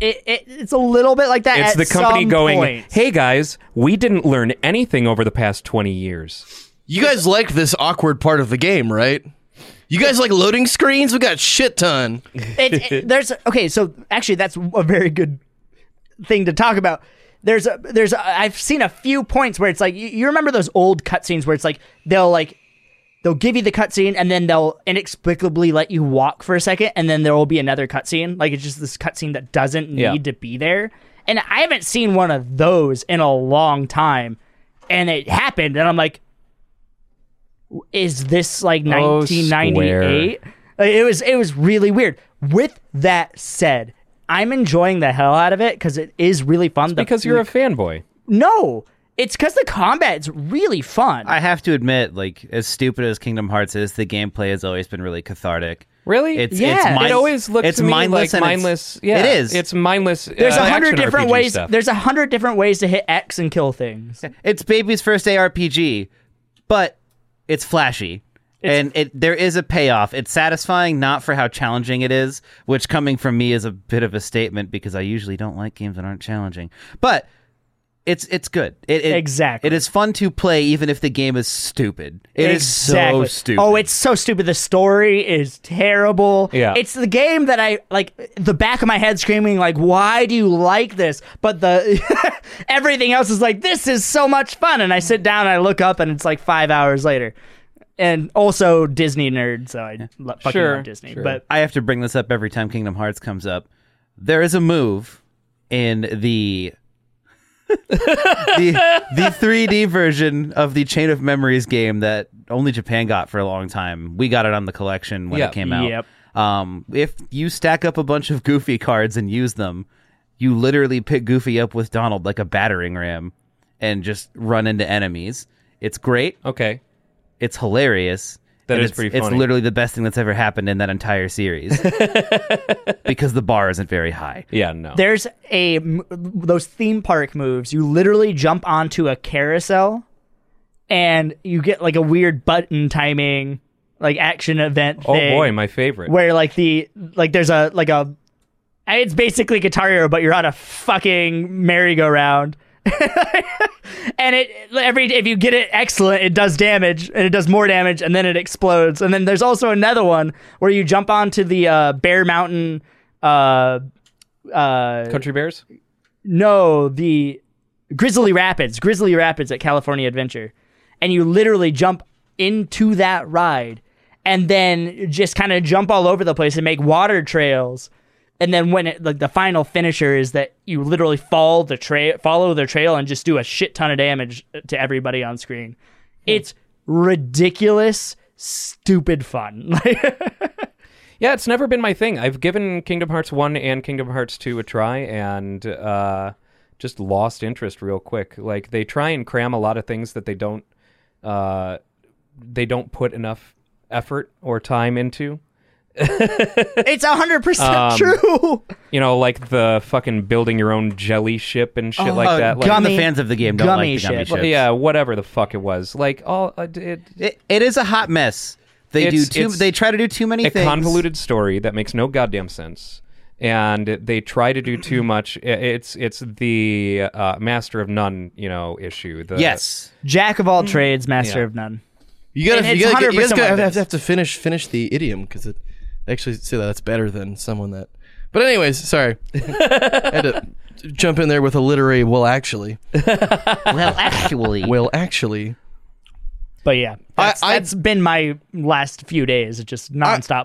It, it, it's a little bit like that. it's at the company some going, point. "Hey guys, we didn't learn anything over the past 20 years." You guys like this awkward part of the game, right? You guys like loading screens? We got shit ton. it, [LAUGHS] it- there's okay so actually that's a very good thing to talk about there's a there's a, i've seen a few points where it's like you, you remember those old cutscenes where it's like they'll like they'll give you the cutscene and then they'll inexplicably let you walk for a second and then there will be another cutscene like it's just this cutscene that doesn't need Yeah. to be there and i haven't seen one of those in a long time and it happened and i'm like is this like Oh, 1998 it was it was really weird with that said i'm enjoying the hell out of it because it is really fun The- Because you're a fanboy. no it's because the combat's really fun I have to admit, like as stupid as Kingdom Hearts is, the gameplay has always been really cathartic. Really? It's Yeah. it's It mind- it always looks it's to me mindless like and it's- mindless. yeah, it is. It's mindless. there's uh, a hundred action different RPG ways Stuff. there's a hundred different ways to hit x and kill things it's baby's first ARPG, but it's flashy. and it there is a payoff. It's satisfying not for how challenging it is, which coming from me is a bit of a statement because I usually don't like games that aren't challenging. But it's it's good. It, it- Exactly. It is fun to play even if the game is stupid. It is Exactly. so stupid. Oh, it's so stupid. The story is terrible. Yeah. It's the game that I like the back of my head screaming like, "Why do you like this?" But the [LAUGHS] everything else is like, "This is so much fun." And I sit down, I look up, and it's like five hours later. And also Disney nerd, so I lo- fucking Sure, love Disney. sure. But I have to bring this up every time Kingdom Hearts comes up. There is a move in the [LAUGHS] the the 3D version of the Chain of Memories game that only Japan got for a long time. We got it on the collection when Yep. it came out. Yep. Um, if you stack up a bunch of Goofy cards and use them, you literally pick Goofy up with Donald like a battering ram and just run into enemies. It's great. Okay. It's hilarious. That and is it's, pretty It's funny. literally the best thing that's ever happened in that [LAUGHS] entire series because the bar isn't very high. Yeah. No. there's a m- those theme park moves. You literally jump onto a carousel, and you get like a weird button timing, like action event. oh thing. boy, my favorite. where like the like there's a like a it's basically Guitar Hero, but you're on a fucking merry-go-round. [LAUGHS] and it every if you get it excellent, it does damage and it does more damage and then it explodes. And then there's also another one where you jump onto the uh, Bear Mountain uh uh Country Bears. no, the Grizzly Rapids, Grizzly Rapids at California Adventure. And you literally jump into that ride and then just kind of jump all over the place and make water trails. And then when it, like the final finisher is that you literally follow the trail, follow the trail and just do a shit ton of damage uh, to everybody on screen. It's ridiculous, stupid fun. [LAUGHS] Yeah, it's never been my thing. I've given Kingdom Hearts 1 and Kingdom Hearts 2 a try and uh, just lost interest real quick. Like they try and cram a lot of things that they don't uh, they don't put enough effort or time into. it's 100% Um, true. You know, like the fucking building your own jelly ship and shit like Uh, that. Like, even Oh, Gummy- the fans of the game don't gummy like the gummy shit. ships. yeah, whatever the fuck it was. Like all uh, it, It, it is a hot mess. They It's- do too. it's They try to do too many a things. convoluted story that makes no goddamn sense and they try to do too much I- it's it's the uh, master of none you know issue the Yes. Jack of all trades, master of none. You gotta, And you it's gotta, get- you guys 100% gotta like have, this. have to finish finish the idiom because it actually say that that's better than someone that. But anyways, [LAUGHS] sorry, I had to jump in there with a literary. Well, actually, well, actually, well, actually, But yeah, that's, I- that's been my last few days. It's just nonstop.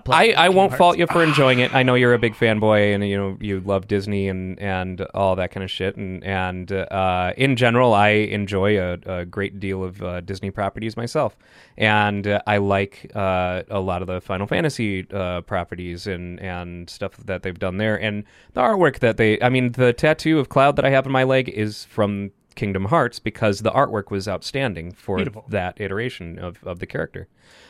I, playing I Kingdom won't Hearts. fault you for enjoying it. I know you're a big fanboy and you know you love Disney and and all that kind of shit. And and uh, in general, I enjoy a, a great deal of uh, Disney properties myself, and uh, I like uh, a lot of the Final Fantasy uh, properties and and stuff that they've done there. And the artwork that they, I mean, the tattoo of Cloud that I have on my leg is from. Kingdom Hearts because the artwork was outstanding for that iteration of, of the character.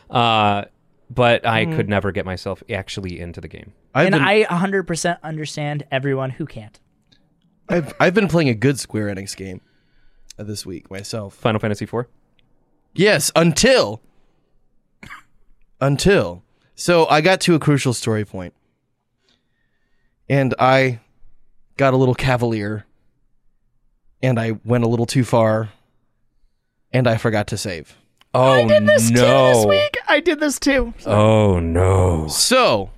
Uh, but I could never get myself actually into the game. I've and been I 100% understand everyone who can't. I've, I've been playing a good Square Enix game uh, this week myself. Final Fantasy IV. Yes, until until so I got to a crucial story point, and I got a little cavalier, and I went a little too far, and I forgot to save. Oh I did this no! This week, I did this too. Oh no! So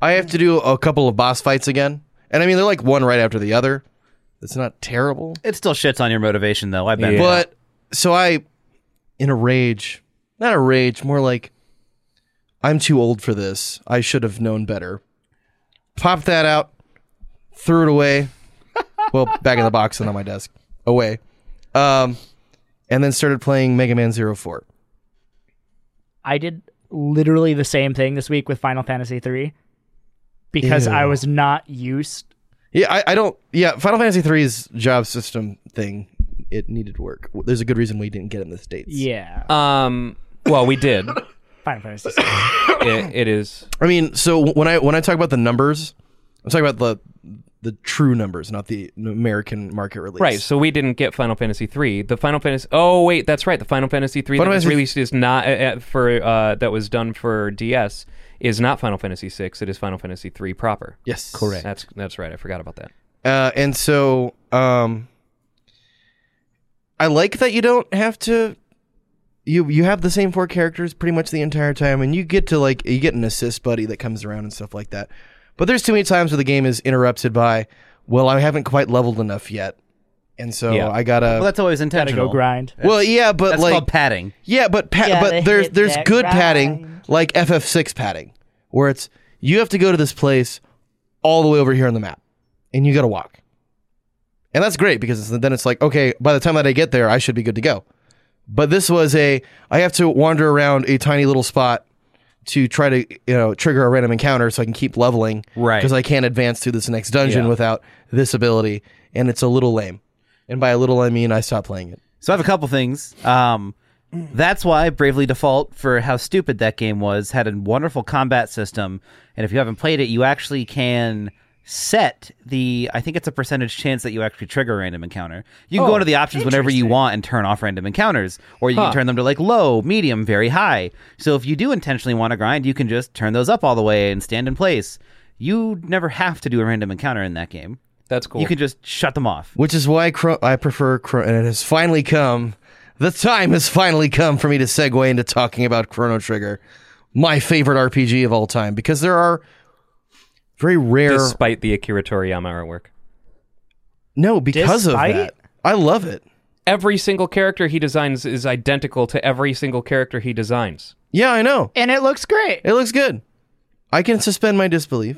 I have to do a couple of boss fights again, and I mean they're like one right after the other. It's not terrible. it still shits on your motivation, though. I bet. Yeah. But so I, in a rage, not a rage, more like, I'm too old for this. I should have known better. Popped that out, threw it away. well, back in the box and on my desk, away. Um, and then started playing Mega Man Zero Four. I did literally the same thing this week with Final Fantasy 3 because Ew. I was not used. Yeah, I, I don't. Yeah, Final Fantasy III's job system thing, it needed work. There's a good reason we didn't get it in the states. Yeah. Um. Well, we did. Final Fantasy 3. it, it is. I mean, so when I when I talk about the numbers, I'm talking about the the true numbers, not the American market release. Right, so we didn't get Final Fantasy three. The Final Fantasy. Oh wait, that's right. The Final Fantasy three that Final was Fantasy- released is not uh, uh, for uh, that was done for DS is not Final Fantasy six. It is Final Fantasy three proper. Yes. That's that's right. I forgot about that. Uh, and so, um, I like that you don't have to. You you have the same four characters pretty much the entire time, and you get to like you get an assist buddy that comes around and stuff like that. But there's too many times where the game is interrupted by, well, I haven't quite leveled enough yet, and so Yeah. I gotta. Well, that's always Gotta intentional. go grind. well, yeah, but That's like called padding. Yeah, but pa- Gotta but there's hit there's that good grind. padding like FF6 padding, where it's you have to go to this place all the way over here on the map, and you got to walk, and that's great because it's, then it's like okay, by the time that I get there, I should be good to go. But this was a I have to wander around a tiny little spot to try to you know trigger a random encounter so I can keep leveling, Right. Because I can't advance through this next dungeon without this ability, and it's a little lame. And by a little, I mean I stopped playing it. So I have a couple things. Um, that's why Bravely Default, for how stupid that game was, had a wonderful combat system. And if you haven't played it, you actually can set the I think it's a percentage chance that you actually trigger a random encounter. You can go into the options whenever you want and turn off random encounters, or you can turn them to like low, medium, very high. So if you do intentionally want to grind, you can just turn those up all the way and stand in place. You never have to do a random encounter in that game. That's cool. You can just shut them off. which is why Cro- I prefer Chrono. And it has finally come. The time has finally come for me to segue into talking about Chrono Trigger, my favorite RPG of all time, because there are very rare. Despite the Akira Toriyama artwork. no, because Despite? of that, I love it. every single character he designs is identical to every single character he designs. Yeah, I know. And it looks great. It looks good. I can suspend my disbelief.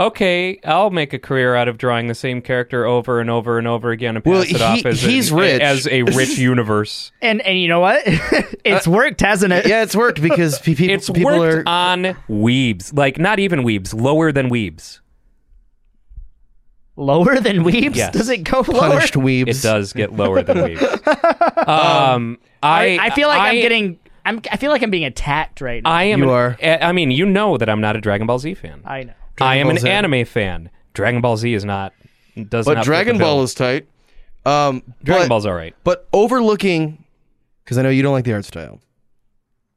Okay, I'll make a career out of drawing the same character over and over and over again and pass Well, it he- off as he's an- rich. as a rich [LAUGHS] universe. And and you know what? [LAUGHS] it's worked, hasn't it? Yeah, it's worked because pe- people, It's people worked are. on weebs, like not even weebs, lower than weebs. Lower than Weebs? Yes. Does it go lower? Punished weebs. It does get lower than weebs. [LAUGHS] Um, I, I, I feel like I, I, am getting. I'm, I feel like I'm being attacked right now. I am. You an- are. a- I mean, you know that I'm not a Dragon Ball Z fan. I know. I am Ball an Z. anime fan. Dragon Ball Z is not. Does But not fit Dragon the bill. Ball is tight. Um, Dragon but- Ball's all right. But overlooking, because I know you don't like the art style.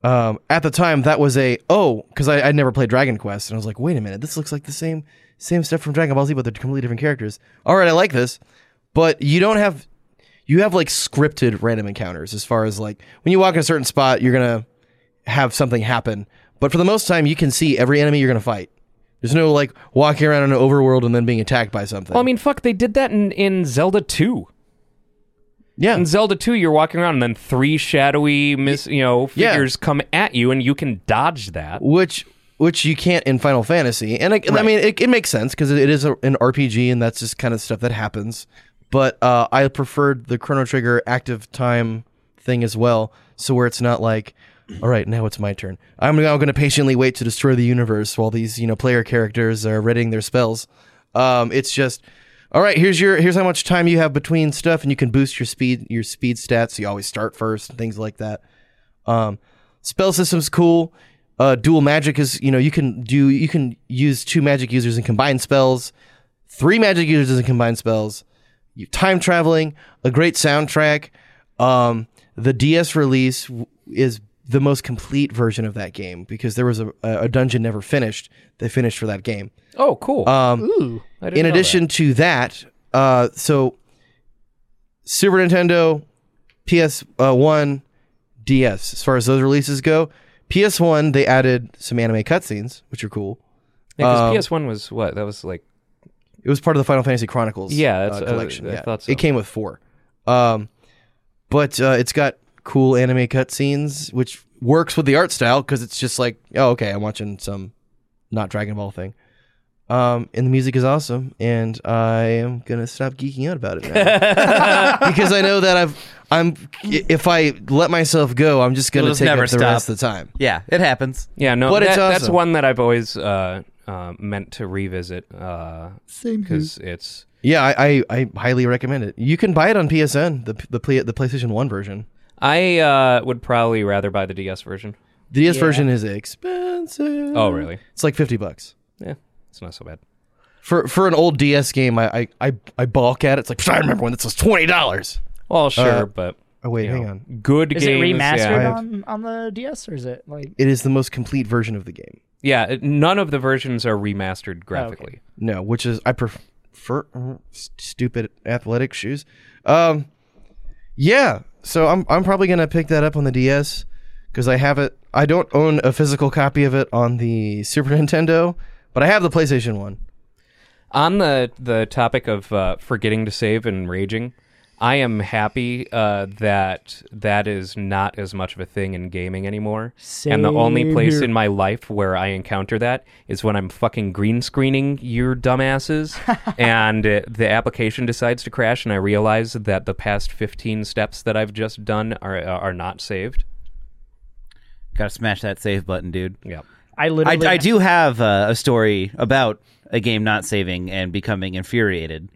Um, at the time, that was a oh, because I I'd never played Dragon Quest, and I was like, wait a minute, this looks like the same same stuff from Dragon Ball Z, but they're completely different characters. All right, I like this, but you don't have you have like scripted random encounters as far as like when you walk in a certain spot, you're gonna have something happen, But for the most time, you can see every enemy you're going to fight. There's no like walking around in an overworld and then being attacked by something. Well, I mean, fuck, they did that in, in Zelda 2. yeah, In Zelda 2, you're walking around and then three shadowy, mis- you know, Yeah. figures come at you and you can dodge that. which which you can't in Final Fantasy. And I, I mean, it, it makes sense because it is a, an RPG, and that's just kind of stuff that happens. But uh, I preferred the Chrono Trigger active time thing as well, so where it's not like, all right, now it's my turn. I'm now going to patiently wait to destroy the universe while these you know player characters are readying their spells. Um, it's just. All right, here's your here's how much time you have between stuff, and you can boost your speed your speed stats. You always start first, and things like that. Um, spell system's cool. Uh, dual magic is you know you can do you can use two magic users and combine spells, three magic users and combine spells. You, time traveling, a great soundtrack. Um, the DS release w- is the most complete version of that game because there was a, a a dungeon never finished. They finished for that game. Oh, cool. Um, I didn't in know that. addition to that, uh, so Super Nintendo, PS uh, One, DS. As far as those releases go, PS One they added some anime cutscenes, which are cool. Yeah, 'cause um, PS1 was what? That was like, It was part of the Final Fantasy Chronicles, Yeah, that's- uh, uh, collection. I yeah. thought so. It came with four, um, but uh, it's got cool anime cutscenes, which works with the art style because it's just like, oh, okay, I'm watching some not Dragon Ball thing. Um, and the music is awesome, and I am gonna stop geeking out about it now [LAUGHS] because I know that I've I'm if I let myself go, I'm just gonna You'll just take up never the stop. rest of the time. Yeah, it happens. yeah, no, but it's that- that's awesome. one that I've always uh, uh, meant to revisit. Uh, Same. Because it's. Yeah, I, I, I highly recommend it. You can buy it on PSN, the the play, the PlayStation One version. I uh, would probably rather buy the DS version. The DS version is expensive. Oh, really? It's like fifty bucks Yeah, it's not so bad. for for an old DS game. I I, I, I balk at it. It's like I remember when this was twenty dollars. Well, sure, but Oh wait, you hang know, on. good Is games. it remastered Yeah, on, on the DS or is it like It is the most complete version of the game. yeah it- none of the versions are Oh, remastered graphically. No, which is I pref- prefer uh, st- stupid athletic shoes. Um, yeah. So I'm I'm probably gonna pick that up on the DS because I have it. I don't own a physical copy of it on the Super [LAUGHS] Nintendo, but I have the PlayStation One. On the the topic of uh, forgetting to save and raging, I am happy uh, that that is not as much of a thing in gaming anymore. and the only Same place here. in my life where I encounter that is when I'm fucking green screening your [LAUGHS] dumbasses, and uh, the application decides to crash, and I realize that the past 15 steps that I've just done are uh, are not saved. Gotta smash that save button, dude. Yeah. I I, literally I do have uh, a story about a game not saving and becoming infuriated.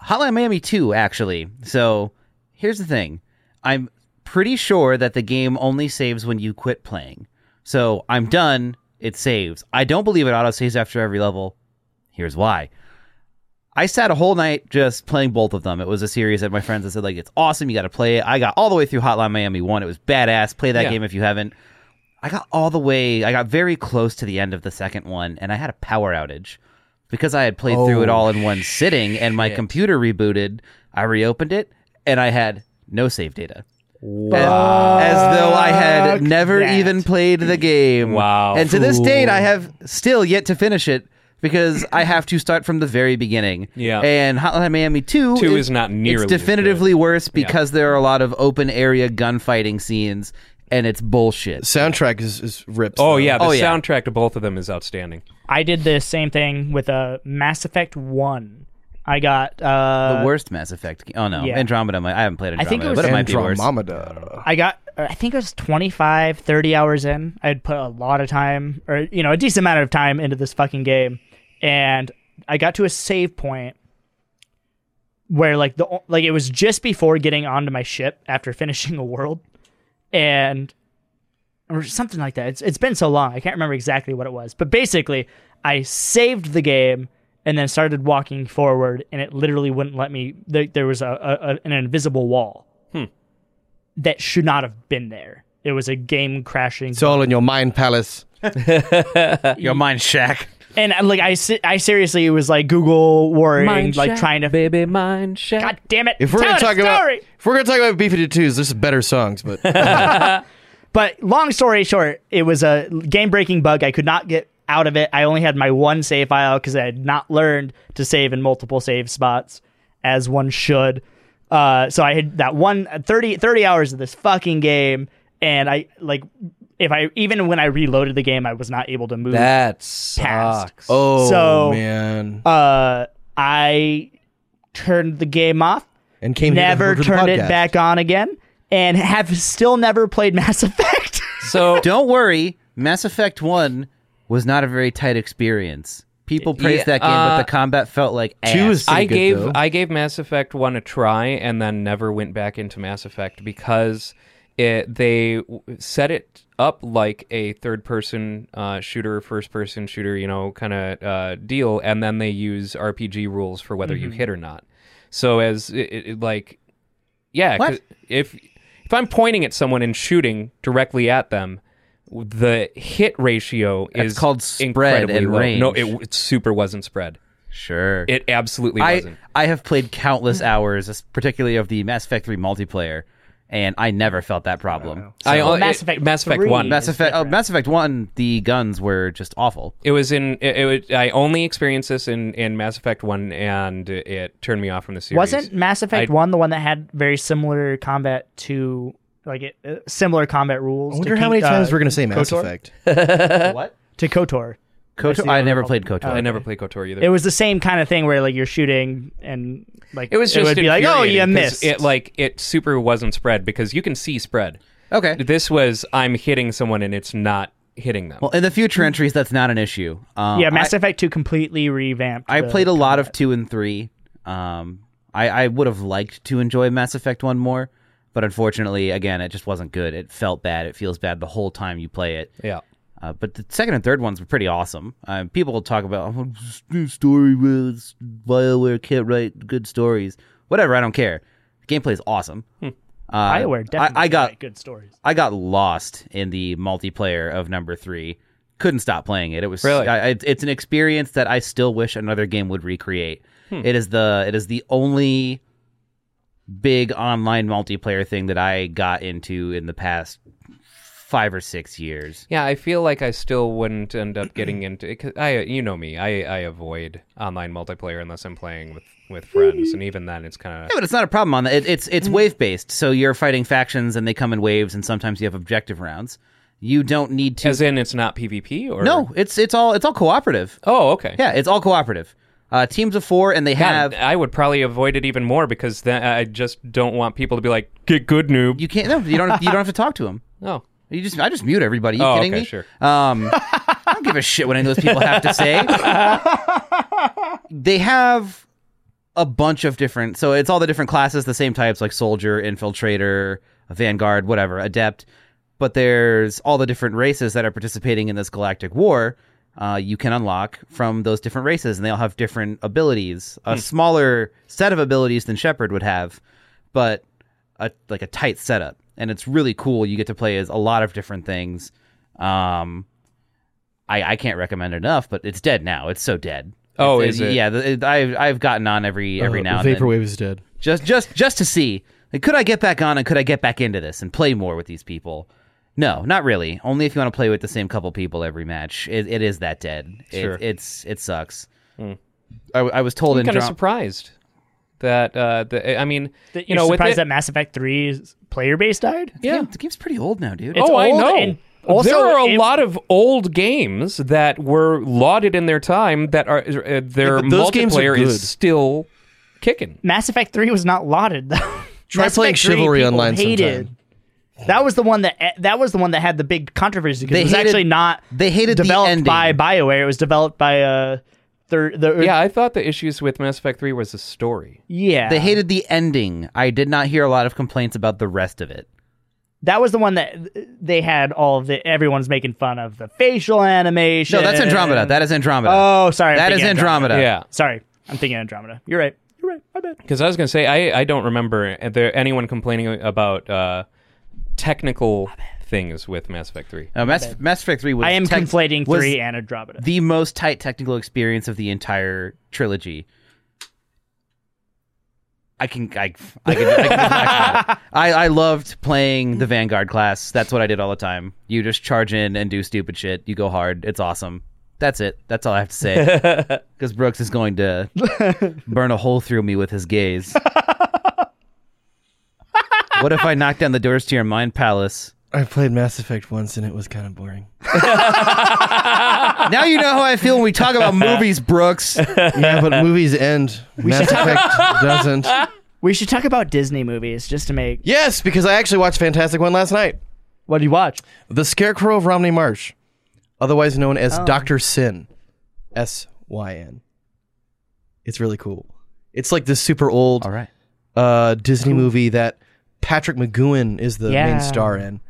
Hotline Miami 2, actually. So here's the thing I'm pretty sure that the game only saves when you quit playing. So I'm done, it saves. I don't believe it auto saves after every level. Here's why. I sat a whole night just playing both of them. It was a series that my friends had said, like, it's awesome. You got to play it. I got all the way through Hotline Miami 1. It was badass. Play that Yeah. game if you haven't. I got all the way, I got very close to the end of the second one, and I had a power outage because I had played Oh, through it all in one sitting and my computer rebooted. I reopened it, and I had no save data. As, as though I had never even played the game. Wow. And to this date, I have still yet to finish it because I have to start from the very beginning. Yeah. And Hotline Miami 2, Two is not nearly It's as good. definitively worse because there are a lot of open area gunfighting scenes, and it's bullshit. Soundtrack is, is ripped. Oh though. yeah, the Oh, yeah. soundtrack to both of them is outstanding. I did the same thing with a Mass Effect One. I got uh, the worst Mass Effect. Game. Oh no, yeah. Andromeda. might- I haven't played Andromeda, think it was- but it might be worse. Andromeda. I got uh, I think it was 25, 30 hours in. I'd put a lot of time or you know, a decent amount of time into this fucking game and I got to a save point where like the o- like it was just before getting onto my ship after [LAUGHS] finishing a world and or something like that. It's it's been so long. I can't remember exactly what it was. But basically, I saved the game and then started walking forward and it literally wouldn't let me there, there was a, a, a- an invisible wall that should not have been there. It was a game crashing. It's all in your mind palace. Your mind shack. and uh, like I, se- I seriously was like Google worrying, like trying to. baby mind shaft. God damn it! If we're tell gonna it a talk about story! [LAUGHS] if we're gonna talk about B52s, there's some better songs, but But long story short, it was a game breaking bug. I could not get out of it. I only had my one save file because I had not learned to save in multiple save spots as one should. Uh, so I had that one 30, 30 hours of this fucking game, and I like if I even when I reloaded the game, I was not able to move That sucks. past. Oh So- man, Uh, I turned the game off, and came here to never record the turned it podcast. back on again, and have still never played [LAUGHS] Mass Effect. So Don't worry, Mass Effect 1 was not a very tight experience. People praised Yeah, that game, uh, but the combat felt like ass. Two is I pretty good, gave though. I gave Mass Effect one a try and then never went back into Mass Effect because it they w- set it up like a third person uh, shooter, first person shooter, you know, kind of uh, deal, and then they use RPG rules for whether Mm-hmm. you hit or not. So as it, it, it, like, yeah, What? 'cause if if I'm pointing at someone and shooting directly at them. The hit ratio That's is called spread incredibly and low. No, range. it, it super wasn't spread. sure. It absolutely I, wasn't. I have played countless Mm. hours, as- particularly of the Mass Effect 3 multiplayer, and I never felt that problem. I, Well, Mass Effect Mass Effect 3 One. Mass It's Effect, oh, different. Mass Effect 1, the guns were just awful. It was in. It, it was, I only experienced this in, in Mass Effect One, and it turned me off from the series. Wasn't Mass Effect I- One the one that had very similar combat to like it, uh, similar combat rules? I wonder how many times we're gonna say Mass uh, KOTOR? Effect. what? to Kotor. KOTOR? Uh-huh. the I only never problem. Oh, played KOTOR. I never played Kotor either. It was the same kind of thing where like you're shooting and like It was just it would be like oh you infuriating 'cause missed It like it super wasn't spread because you can see spread. Okay. This was I'm hitting someone and it's not hitting them. Well, in the future entries, that's not an issue. Um, yeah Mass I, Effect uh, Two completely revamped. I the- played a lot of two and three. Um, I, I would have liked to enjoy Mass Effect one more, but unfortunately, again, it just wasn't good. It felt bad. It feels bad the whole time you play it. yeah. Uh, but the second and third ones were pretty awesome. Uh, people will talk about oh, this new story where this Bioware can't write good stories. Whatever, I don't care. The gameplay is awesome. Uh, Hmm. Bioware. Definitely I, I got good stories. I got lost in the multiplayer of number three. Couldn't stop playing it. It was Really? I, it's- it's an experience that I still wish another game would recreate. Hmm. It is the it is the only big online multiplayer thing that I got into in the past five or six years. Yeah, I feel like I still wouldn't end up [CLEARS THROAT] getting into it. 'cause I, you know me, I, I avoid online multiplayer unless I'm playing with, with friends, and even then, it's kind of Yeah, but it's not a problem on that. It, it's it's wave based, so you're fighting factions and they come in waves, and sometimes you have objective rounds. You don't need to. As in, it's not PvP or no, it's it's all it's all cooperative. Oh, okay. Yeah, it's all cooperative. Uh, teams of four, and they have God, I would probably avoid it even more because then I just don't want people to be like, "Get good, noob." You can't. No, you don't. Have, you don't have to talk to them. oh, You just. I just mute everybody. You Oh, kidding okay, me? sure. Um, I don't give a shit what any of those people have [LAUGHS] to say. they have a bunch of different. So it's all the different classes, the same types, like soldier, infiltrator, vanguard, whatever, adept. But there's all the different races that are participating in this galactic war. Uh, you can unlock from those different races, and they all have different abilities. Hmm. A smaller set of abilities than Shepard would have, but a like a tight setup, and it's really cool. You get to play as a lot of different things. Um, I I can't recommend it enough, but it's dead now. It's so dead. Oh, It's- is it? Yeah, the, it, I've I've gotten on every every Uh, now and then. Vaporwave is dead. just just just to see like, could I get back on and could I get back into this and play more with these people. No, not really. Only if you want to play with the same couple people every match. It, it is that dead. It- Sure. it's it sucks. I, I was told in kind of Androm- surprised that. Uh, the, I mean, That you You're know, with surprised it, that Mass Effect 3's player base died? the, game, the game's pretty old now, dude. It's oh, I old know. and also there are a it- lot of old games that were lauded in their time that are uh, their but those games are multiplayer good. is still kicking. Mass Effect 3 was not lauded though. Try Mass playing Effect 3 Chivalry people online hated. That was the one that eh, that was the one that had the big controversy because They it was hated- actually not they hated the developed ending. by BioWare. It was developed by uh third the Yeah, I thought the issues with Mass Effect Three was the story. yeah. They hated the ending. I did not hear a lot of complaints about the rest of it. that was the one that they had all of the everyone's making fun of the facial animation. No, that's Andromeda. That is Andromeda. Oh, sorry. I'm that is thinking Andromeda. Yeah, Sorry. I'm thinking Andromeda. You're right. You're right. My bad. Because I was gonna say I, I don't remember uh, there anyone complaining about uh, technical things with Mass Effect Three. Uh, Mass, Mass Effect 3 was I am tech- conflating was 3 and Andromeda. the most tight technical experience of the entire trilogy. I can I I can, [LAUGHS] I, can I I loved playing the Vanguard class. That's what I did all the time. You just charge in and do stupid shit. You go hard. It's awesome. That's it. That's all I have to say. [LAUGHS] Because Brooks is going to burn a hole through me with his [LAUGHS] gaze. what if I knock down the doors to your mind palace? I played Mass Effect once and it was kind of [LAUGHS] boring. Now you know how I feel when we talk about movies, Brooks. yeah, but movies end. Mass Effect doesn't. We should talk about Disney movies just to make. [LAUGHS] Yes, because I actually watched Fantastic One last night. What do you watch? The Scarecrow of Romney Marsh, otherwise known Oh. as Dr. Sin. S Y N. It's really cool. It's like this super old All right. uh, Disney movie that Patrick McGowan is the Yeah. main star in.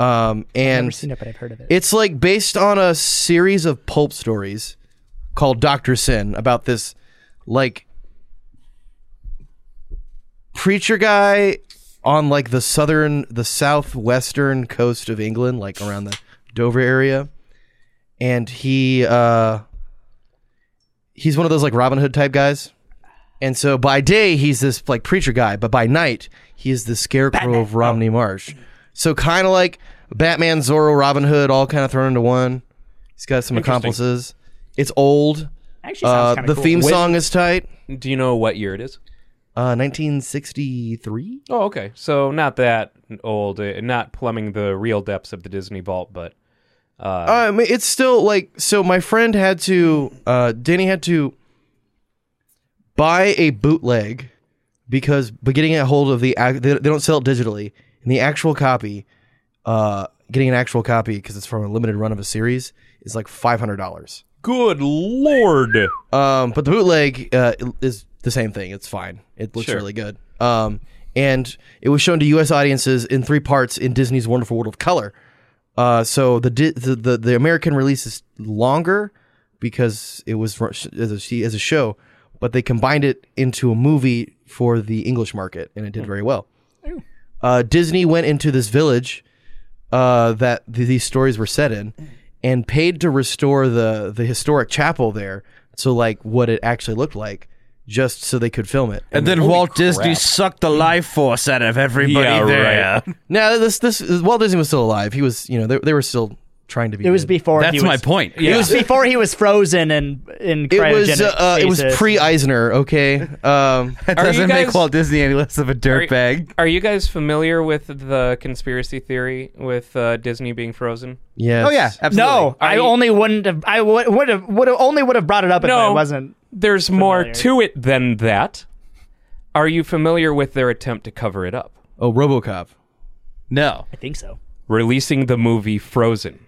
Um, I've never and seen it, but I've heard of it. it's like based on a series of pulp stories called Dr. Sin about this like preacher guy on like the southern the southwestern coast of England like around the Dover area and he uh he's one of those like Robin Hood type guys and so by day he's this like preacher guy but by night he is the scarecrow of Romney Marsh so kind of like Batman Zorro Robin Hood all kind of thrown into one he's got some accomplices it's old Actually, sounds uh, kind the of cool. theme When- song is tight Do you know what year it is? uh, 1963. Oh, okay. So not that old, uh, not plumbing the real depths of the Disney vault, but Uh, I mean, it's still like so. My friend had to, uh, Danny had to buy a bootleg because, but getting a hold of the, ac- they, they don't sell it digitally, and the actual copy, uh, getting an actual copy because it's from a limited run of a series is like five hundred dollars. good lord. Um, but the bootleg uh, is the same thing. It's fine. It looks really good. Um, and it was shown to U.S. audiences in three parts in Disney's Wonderful World of Color. Uh, so the, di- the the the American release is longer because it was ru- as a she- as a show, but they combined it into a movie for the English market, and it Hmm. did very well. Uh, Disney went into this village uh, that th- these stories were set in, and paid to restore the the historic chapel there to like what it actually looked like, just so they could film it. And then Walt Disney sucked the life force out of everybody Yeah, [LAUGHS] there. now this this Walt Disney was still alive. He was you know they, they were still trying to be. It was good. before. he That's was, my point. It was before he was frozen and in It was cryogenic uh, uh, it was stasis. pre Eisner. [LAUGHS] Okay. Um, That Are you doesn't make guys- Walt Disney any less of a dirtbag. Are you guys familiar with the conspiracy theory with uh, Disney being frozen? yes. Oh yeah, absolutely. No, I you- only wouldn't have. I would would have would have only would have brought it up if I wasn't. There's more to it than that. Are you familiar with their attempt to cover it up? Oh RoboCop. no. I think so. Releasing the movie Frozen.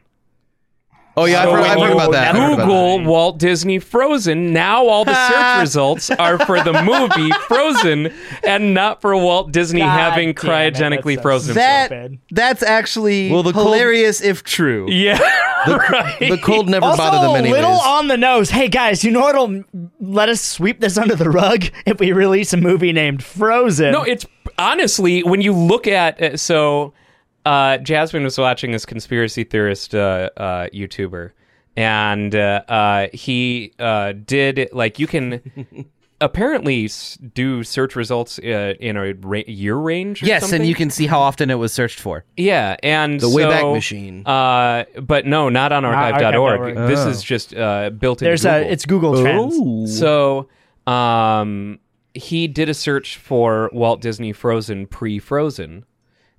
Oh yeah, I've, heard, I've heard about that. I've heard about Google Walt Disney Frozen. Now all the [LAUGHS] search results are for the movie Frozen and not for Walt Disney God having damn it, that's cryogenically so frozen. himself. sad. That bad. that's actually Well, the cold- hilarious if true. Yeah. that. The, the cold never Also, bothered them a anyways. little on the nose. Hey guys, you know what'll m- let us sweep this under the rug [LAUGHS] if we release a movie named Frozen? No, it's honestly when you look at uh, so uh, Jasmine was watching this conspiracy theorist uh, uh, YouTuber, and uh, uh, he uh, did like you can [LAUGHS] apparently s- do search results uh, in a ra- year range. Or Yes, something? and you can see how often it was searched for. Yeah, and The Wayback so, Machine. Oh. Uh, but no, not on archive.org. archive.org. This is just uh, built in. there's Google. a it's Google Trends. So, um, he did a search for Walt Disney Frozen pre Frozen,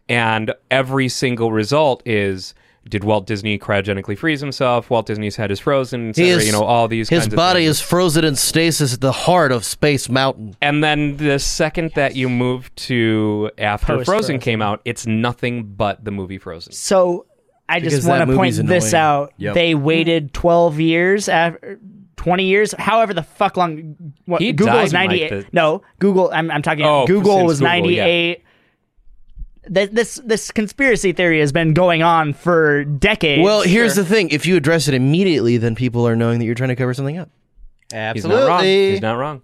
and every single result is did Walt Disney cryogenically freeze himself? Walt Disney's head is frozen, et cetera, His- you know, all these His kinds of body things. is frozen in stasis at the heart of Space Mountain. And then the second that you move to after Frozen Post Frozen. came out, it's nothing but the movie Frozen. So I Because just want that to point movie's this annoying. out. They waited 12 years after 20 years, however the fuck long what, He Google died was in, like, 98. the- no, Google I'm I'm talking Oh, Google since was Google, 98. Th- This this conspiracy theory has been going on for decades. Well, here's the thing: if you address it immediately, [LAUGHS] then people are knowing that you're trying to cover something up. He's not wrong. He's not wrong.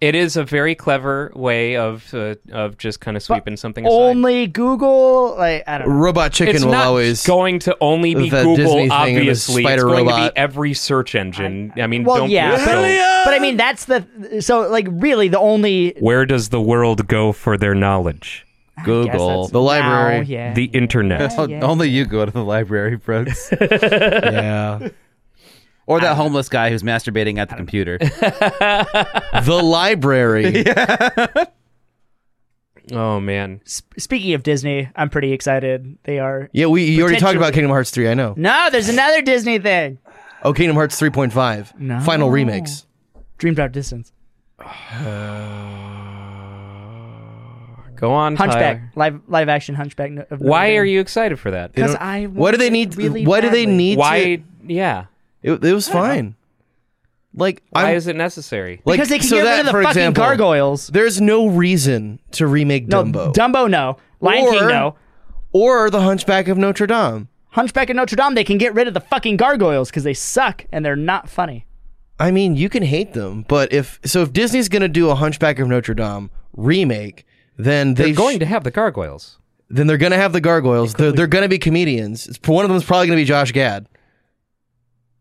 It is a very clever way of uh, of just kind of sweeping something aside. Only Google, like I don't know. Robot Chicken it's will not always going to only be the Google, Disney thing and the obviously. spider it's going to robot. be every search engine. I, mean, Well, don't yeah, be but, so- but I mean that's the so like really the only Where does the world go for their knowledge? Google. the library. Now, yeah, The internet. Oh, Only you go to the library, [LAUGHS] Brooks. yeah. [LAUGHS] or that homeless guy who's masturbating at the [LAUGHS] computer. the [LAUGHS] library. Oh man. S- speaking of Disney, I'm pretty excited. They are. Yeah, we you already talked about Potentially. Kingdom Hearts 3, I know. No, there's another Disney thing. Oh, Kingdom Hearts 3.5. No. Final remix. Dream Drop Distance. Uh, Go on, Hunchback. Tyler. Live live action Hunchback. no- of Notre Why are Dame. you excited for that? They 'Cause don't- I What do want they it need really What do they badly. need to Why? Yeah. It, it was fine. Like Why I'm, is it necessary? like Because they can so get that, rid of the for fucking example, gargoyles. There's no reason to remake No, Dumbo Dumbo, no. Lion King, Or- no. or The Hunchback of Notre Dame. Hunchback of Notre Dame, they can get rid of the fucking gargoyles because they suck and they're not funny. I mean, you can hate them, but if so, if Disney's going to do a Hunchback of Notre Dame remake, then They're they going sh- to have the gargoyles. then they're going to have the gargoyles. They're, they're going to be comedians. It's, one of them is probably going to be Josh Gad.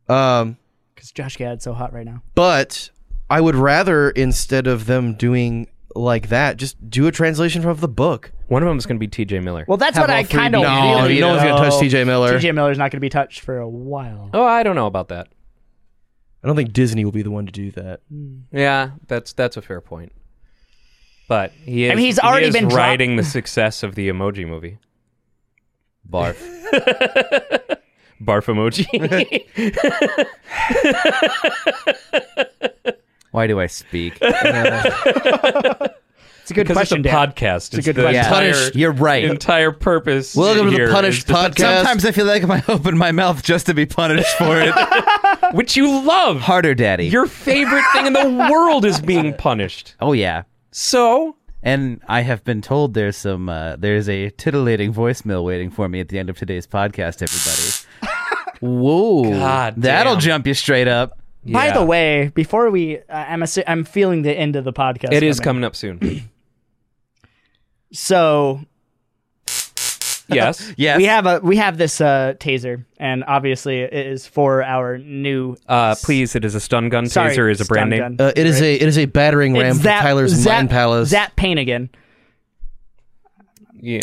Um, Because Josh Gad's so hot right now. but I would rather instead of them doing like that, just do a translation of the book. One of them is going to be T.J. Miller. Well, that's Have what all I three kind of be- No, really you know who's gonna know. touch T.J. Miller. T.J. Miller's not going to be touched for a while. Oh, I don't know about that. I don't think Disney will be the one to do that. Yeah, that's that's a fair point. But he is, mean, he's he already is been dro- riding the success of the emoji movie. [LAUGHS] Barf. Barf emoji. Why do I [LAUGHS] speak? It's a good Because it's a question, Dan. podcast. It's, good the question. entire, Punished. You're right. entire purpose. Welcome to here the is Punished Podcast. Sometimes I feel like I [LAUGHS] open my mouth just to be punished for it. Which you love. Harder, daddy. Your favorite thing in the world is [LAUGHS] being punished. oh, yeah. So And I have been told there's some uh, there's a titillating voicemail waiting for me at the end of today's podcast. Everybody, [LAUGHS] whoa, God that'll damn. jump you straight up. By Yeah. the way, before we, uh, I'm assu- I'm feeling the end of the podcast. it is coming. coming up soon. So [LAUGHS] yes. Yes, we have a we have this uh, taser, and obviously it is for our new. Uh, please, it is a stun gun. sorry, Taser is a brand name. stun gun. [LAUGHS] Uh, it is a it is a battering ram It's for Zap- Tyler's Zap- mind palace. Zap Pain again. Yeah.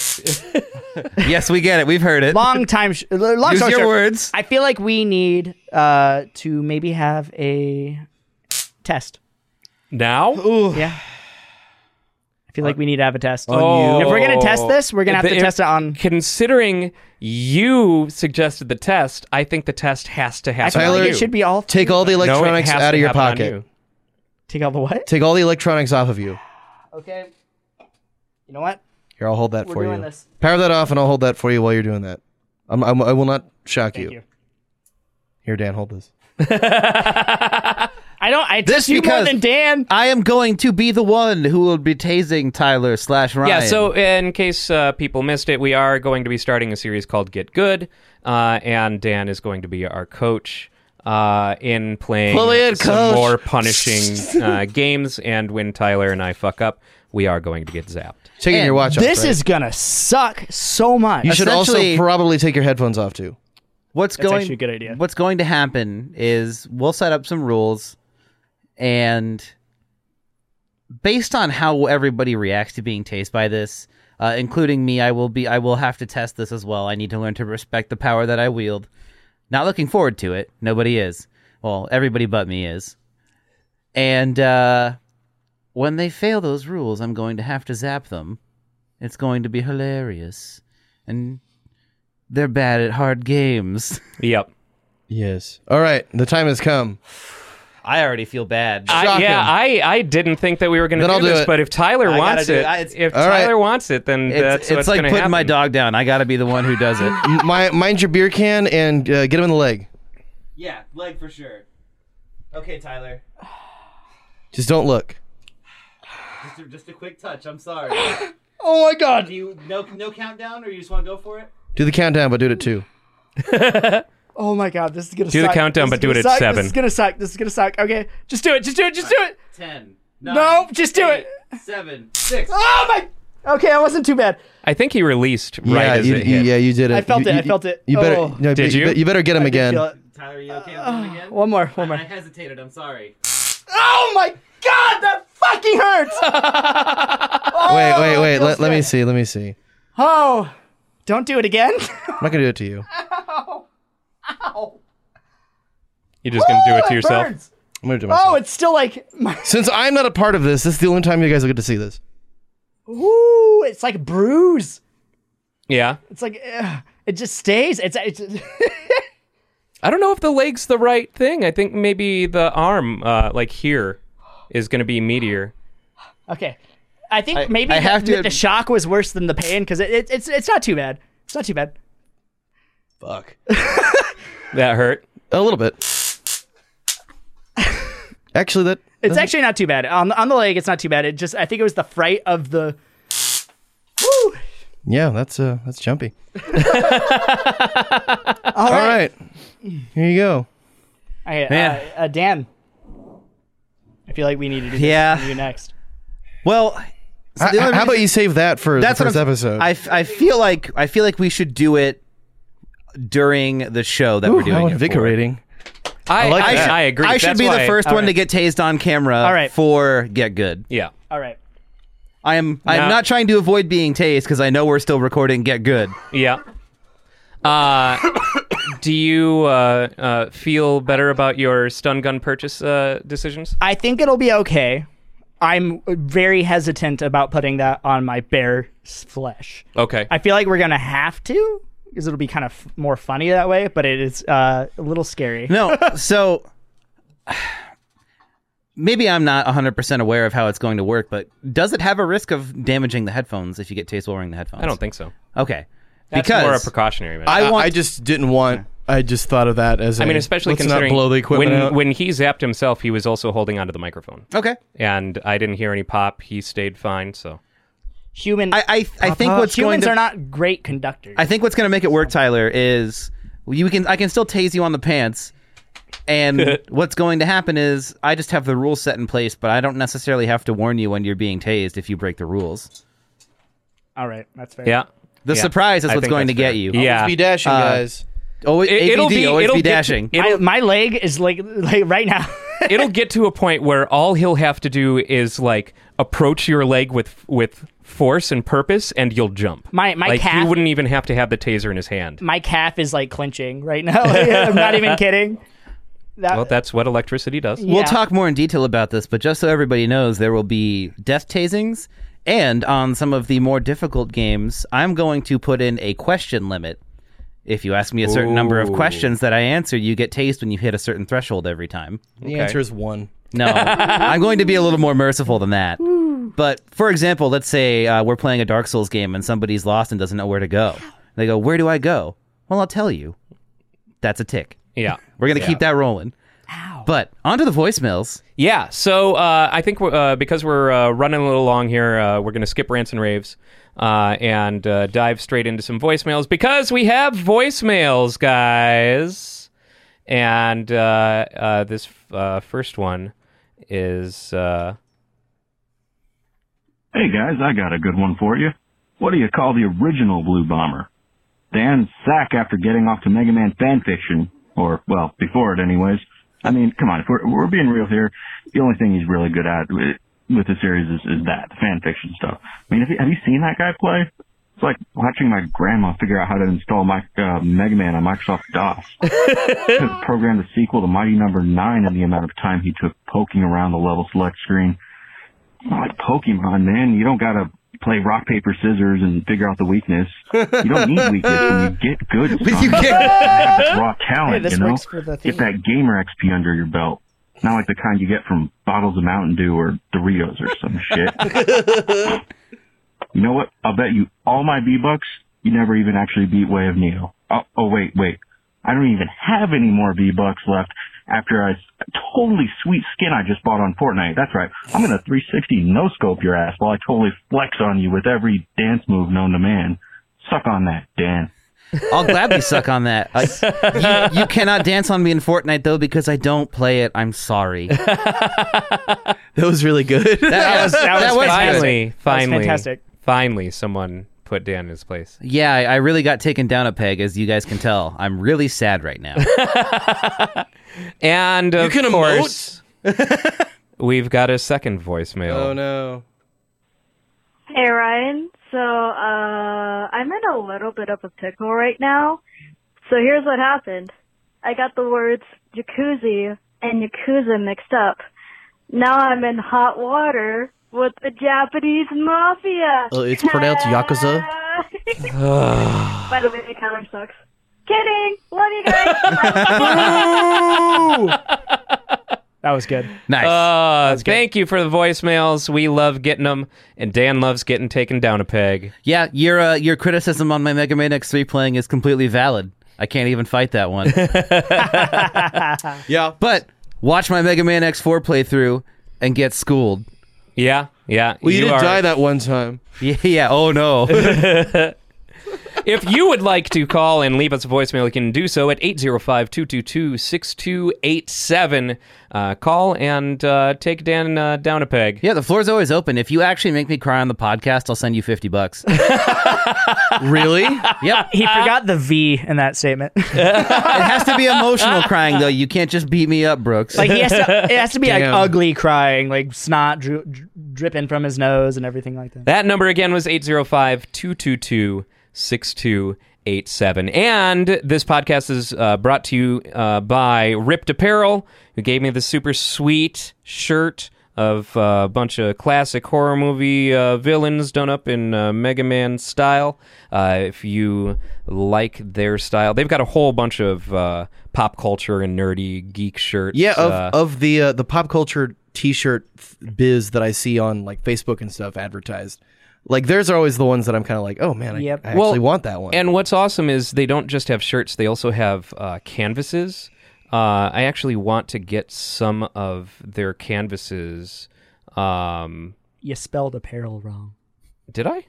yes, we get it. We've heard it. Long time. Sh- uh, long Use story your short, words. I feel like we need uh, to maybe have a test. Now? Yeah. I feel like we need to have a test. Oh. If we're gonna test this, we're gonna have If- to if- test it on. Considering you suggested the test, I think the test has to I happen. feel on Tyler, like you. it should be all Take all the No, it electronics has out to of your happen on pocket. you. take all the what? Take all the electronics off of you. Okay. You know what? Here, I'll hold that We're for doing you. this. Power that off, and I'll hold that for you while you're doing that. I'm, I'm, I will not shock you. you. Here, Dan, hold this. I don't. I This test you more because- than Dan. I am going to be the one who will be tasing Tyler slash Ryan. Yeah, so in case uh, people missed it, we are going to be starting a series called Get Good, uh, and Dan is going to be our coach uh, in playing Pull it, some coach. more punishing uh, [LAUGHS] games. And when Tyler and I fuck up, we are going to get zapped. Taking And your watch off. This right? is gonna suck so much. You should also essentially- probably take your headphones off too. what's That's going actually a good idea. What's going to happen is we'll set up some rules, and based on how everybody reacts to being tased by this, uh, including me, I will be I will have to test this as well. I need to learn to respect the power that I wield. Not looking forward to it. Nobody is. Well, everybody but me is. And uh, when they fail those rules, I'm going to have to zap them. It's going to be hilarious, and they're bad at hard games. [LAUGHS] Yep. Yes. All right, the time has come. I already feel bad. I, Shock yeah, him. I, I didn't think that we were going to Then do, I'll do this, it. but if Tyler I wants gotta do it, it. I- it's- if All right. Tyler wants it, then that's It's, what's it's like gonna putting happen. my dog down. I got to be the one who does it. M- My, mind your beer can and uh, get him in the leg. [LAUGHS] yeah, leg for sure. Okay, Tyler. Just don't look. Just a, just a quick touch. I'm sorry. oh my god! you no no countdown, or you just want to go for it? Do the countdown, but do it at two. Oh my god! This is gonna Do the suck. countdown, This but is do gonna it at suck. seven. This is gonna suck. This is gonna suck. Okay, just do it. Just do it. Just do it. Ten, Nope, just do it. Seven, six. Oh my. Okay, I wasn't too bad. I think he released right yeah, as you, it you- hit. yeah, you did it. I felt You- it, I you- felt it. You better. Oh. no, Did you? you? be- You better get him again. Feel it. Tyler, are you okay with that again? One more, one more. hesitated. I'm sorry. Oh my god, that fucking [LAUGHS] hurts. Oh, Wait, wait, wait. feels Let, let me good. see. Let me see. Oh, don't do it again. [LAUGHS] I'm not gonna do it to you. You're just gonna do it to It yourself. burns. I'm gonna do it myself. Oh, it's still like, [LAUGHS] my, Since I'm not a part of this, this is the only time you guys will get to see this. ooh, it's like a bruise. Yeah. It's like ugh, it just stays. It's it's. [LAUGHS] I don't know if the leg's the right thing. I think maybe the arm, uh, like here, is gonna be meteor. Okay, I think maybe I the, have to- the shock was worse than the pain because it, it, it's it's not too bad. It's not too bad. That hurt. A little [LAUGHS] bit. Actually, that It's actually not too bad on the, on the leg. It's not too bad. It just I think it was the fright of the. Woo! yeah, that's uh, that's [LAUGHS] jumpy. [LAUGHS] All All right, right, here you go. Okay, Man. Uh, uh, Dan. I feel like we need to do this Yeah. with you next. Well, so H- the how only about you save that for That's the what first I'm- episode? I, f- I feel like I feel like we should do it during the show that Ooh, we're doing. how it for. invigorating. I, like that. should- I agree. I should That's be the why- first all one to right. get tased on camera All right. for Get Good. Yeah. All right. I am I No. am not trying to avoid being tased because I know we're still recording Get Good. Yeah. Uh, [COUGHS] do you uh, uh, feel better about your stun gun purchase uh, decisions? I think it'll be okay. I'm very hesitant about putting that on my bare s- flesh. Okay. I feel like we're gonna have to because it'll be kind of f- more funny that way, but it is uh, a little scary. No, so maybe I'm not 100% aware of how it's going to work, but does it have a risk of damaging the headphones if you get tased while wearing the headphones? I don't think so. Okay. That's because more a precautionary measure. I, I want I just didn't want. I just thought of that as. I mean, especially let's considering not blow the equipment when out. when he zapped himself, he was also holding onto the microphone, Okay. and I didn't hear any pop. He stayed fine. So Human. I I, I think what's going Uh-huh. humans to, are not great conductors. I think what's going to make it work, Tyler, is you can I can still tase you on the pants. [LAUGHS] And what's going to happen is I just have the rules set in place, but I don't necessarily have to warn you when you're being tased if you break the rules. All right, that's fair. yeah, The Yeah. surprise is I what's think going to that's get fair. you. Let's yeah. be dashing, Uh, guys. Always, It- it'll ABD, be- always it'll be get to- dashing. it- [LAUGHS] My, It'll- my leg is like [LAUGHS] like right now. It'll get to a point where all he'll have to do is like approach your leg with with force and purpose, and you'll jump. My- my like calf- you wouldn't even have to have the taser in his hand. my calf is like clenching right now. [LAUGHS] I'm not even kidding. That, Well, that's what electricity does. Yeah. We'll talk more in detail about this, but just so everybody knows, there will be death tasings, and on some of the more difficult games, I'm going to put in a question limit. If you ask me a certain number of Ooh. questions that I answer, you get tased when you hit a certain threshold every time. The answer is one. No, [LAUGHS] I'm going to be a little more merciful than that. But for example, let's say uh, we're playing a Dark Souls game and somebody's lost and doesn't know where to go. They go, "Where do I go?" Well, I'll tell you. That's a tick. Yeah. We're gonna keep that rolling. But onto the voicemails. Yeah, so uh, I think we're, uh, because we're uh, running a little long here, uh, we're going to skip rants and raves uh, and uh, dive straight into some voicemails because we have voicemails, guys. And uh, uh, this uh, first one is uh, Hey guys, I got a good one for you. What do you call the original Blue Bomber? Dan Sack after getting off to Mega Man fanfiction, or, well, before it anyways. I mean, come on, if we're, we're being real here, the only thing he's really good at with, with the series is, is that, the fanfiction stuff. I mean, have you, have you seen that guy play? It's like watching my grandma figure out how to install my, uh, Mega Man on Microsoft DOS. [LAUGHS] Could have programmed the sequel to Mighty Number 9 in the amount of time he took poking around the level select screen not like Pokemon, man. You don't gotta play rock, paper, scissors and figure out the weakness. You don't need weakness [LAUGHS] when you get good. Son. You [LAUGHS] have raw talent, this you know? works for the Get theme. that gamer XP under your belt. Not like the kind you get from bottles of Mountain Dew or Doritos or some shit. you know what? I'll bet you all my V-Bucks you never even actually beat Way of Neo. Oh, oh wait, wait. I don't even have any more V-Bucks left after I totally sweet skin I just bought on Fortnite. That's right. I'm gonna 360 no scope your ass while I totally flex on you with every dance move known to man. Suck on that, Dan. I'll gladly suck on that. [LAUGHS] Like, [LAUGHS] you, you cannot dance on me in Fortnite though because I don't play it. I'm sorry. That was really good. [LAUGHS] That was that was, fantastic. finally, finally, That was fantastic. finally, someone put Dan in his place. Yeah, I, I really got taken down a peg, as you guys can tell. I'm really sad [LAUGHS] right now. And of can emote. course, we've got a second voicemail. oh no. Hey Ryan, so uh I'm in a little bit of a pickle right now. So here's what happened. I got the words jacuzzi and yakuza mixed up. Now I'm in hot water with the Japanese mafia. Uh, it's pronounced yakuza? [LAUGHS] By the way, the counter sucks. Kidding. Love you [LAUGHS] guys. That was good. nice. Uh, thank you for the voicemails. We love getting them, and Dan loves getting taken down a peg. yeah, your uh, your criticism on my Mega Man X3 playing is completely valid. I can't even fight that [LAUGHS] one. Yeah. but watch my Mega Man X4 playthrough and get schooled. [LAUGHS] Yeah, yeah. Well, you, did are- die that one time. Yeah, yeah oh no. If you would like to call and leave us a voicemail, you can do so at 805 222 6287. Call and uh, take Dan uh, down a peg. yeah, the floor's always open. If you actually make me cry on the podcast, I'll send you [LAUGHS] 50 bucks. Really? yep. He forgot the V in that [LAUGHS] statement. It has to be emotional crying, though. You can't just beat me up, Brooks. like he has to, it has to be like Damn. ugly crying, like snot dri- dri- dripping from his nose and everything like that. That number again was 805 222 6287. And this podcast is uh, brought to you uh, by Ripped Apparel, who gave me the super sweet shirt of uh, a bunch of classic horror movie uh, villains done up in uh, Mega Man style. Uh, if you like their style, they've got a whole bunch of uh, pop culture and nerdy geek shirts. Yeah. Of uh, of the uh, the pop culture T-shirt th- biz that I see on like Facebook and stuff advertised. Like theirs are always the ones that I'm kind of like, oh man, I, Yep. I Well, actually want that one. And what's awesome is they don't just have shirts; they also have uh, canvases. Uh, I actually want to get some of their canvases. Um, You spelled apparel wrong. did I?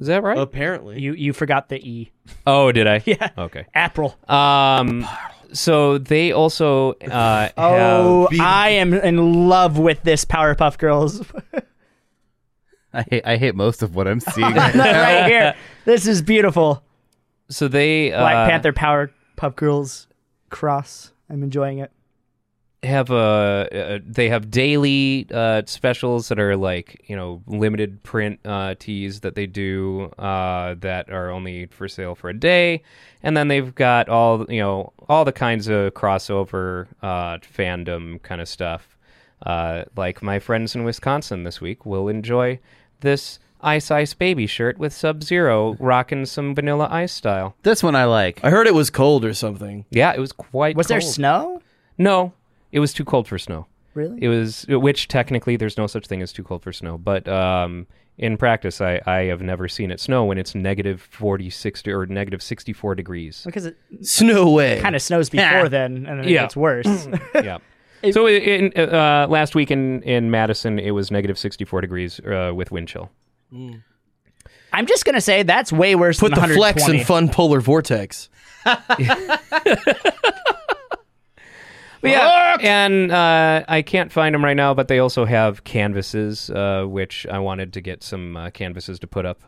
Is that right? Apparently. You you forgot the E. oh, did I? Yeah. Okay. April. Um, so they also uh, Oh, have. I am in love with this Powerpuff Girls [LAUGHS] I, hate, I hate most of what [LAUGHS] I'm seeing. [LAUGHS] right here. This is beautiful. So they uh, Black Panther Powerpuff Girls cross. I'm enjoying it. have a uh, they have daily uh, specials that are like you know limited print uh, teas that they do uh, that are only for sale for a day, and then they've got all you know all the kinds of crossover uh, fandom kind of stuff. Uh, like my friends in Wisconsin this week will enjoy this Ice Ice Baby shirt with Sub Zero rocking some Vanilla Ice style. this one I like. I heard it was cold or something. Yeah, it was quite. Was there cold. snow? No, it was too cold for snow. Really? It was, which technically there's no such thing as too cold for snow, but um, in practice, I, I have never seen it snow when it's negative 46 de- or negative 64 degrees. Because it Snow way. kind of snows before then, and then Yeah. it gets worse. [LAUGHS] [LAUGHS] yeah. So i- in, uh, last week in, in Madison, it was negative 64 degrees uh, with wind chill. I'm just gonna say that's way worse Put than the flex 120. in fun polar vortex. But yeah, and uh, I can't find them right now, but they also have canvases, uh, which I wanted to get some uh, canvases to put up,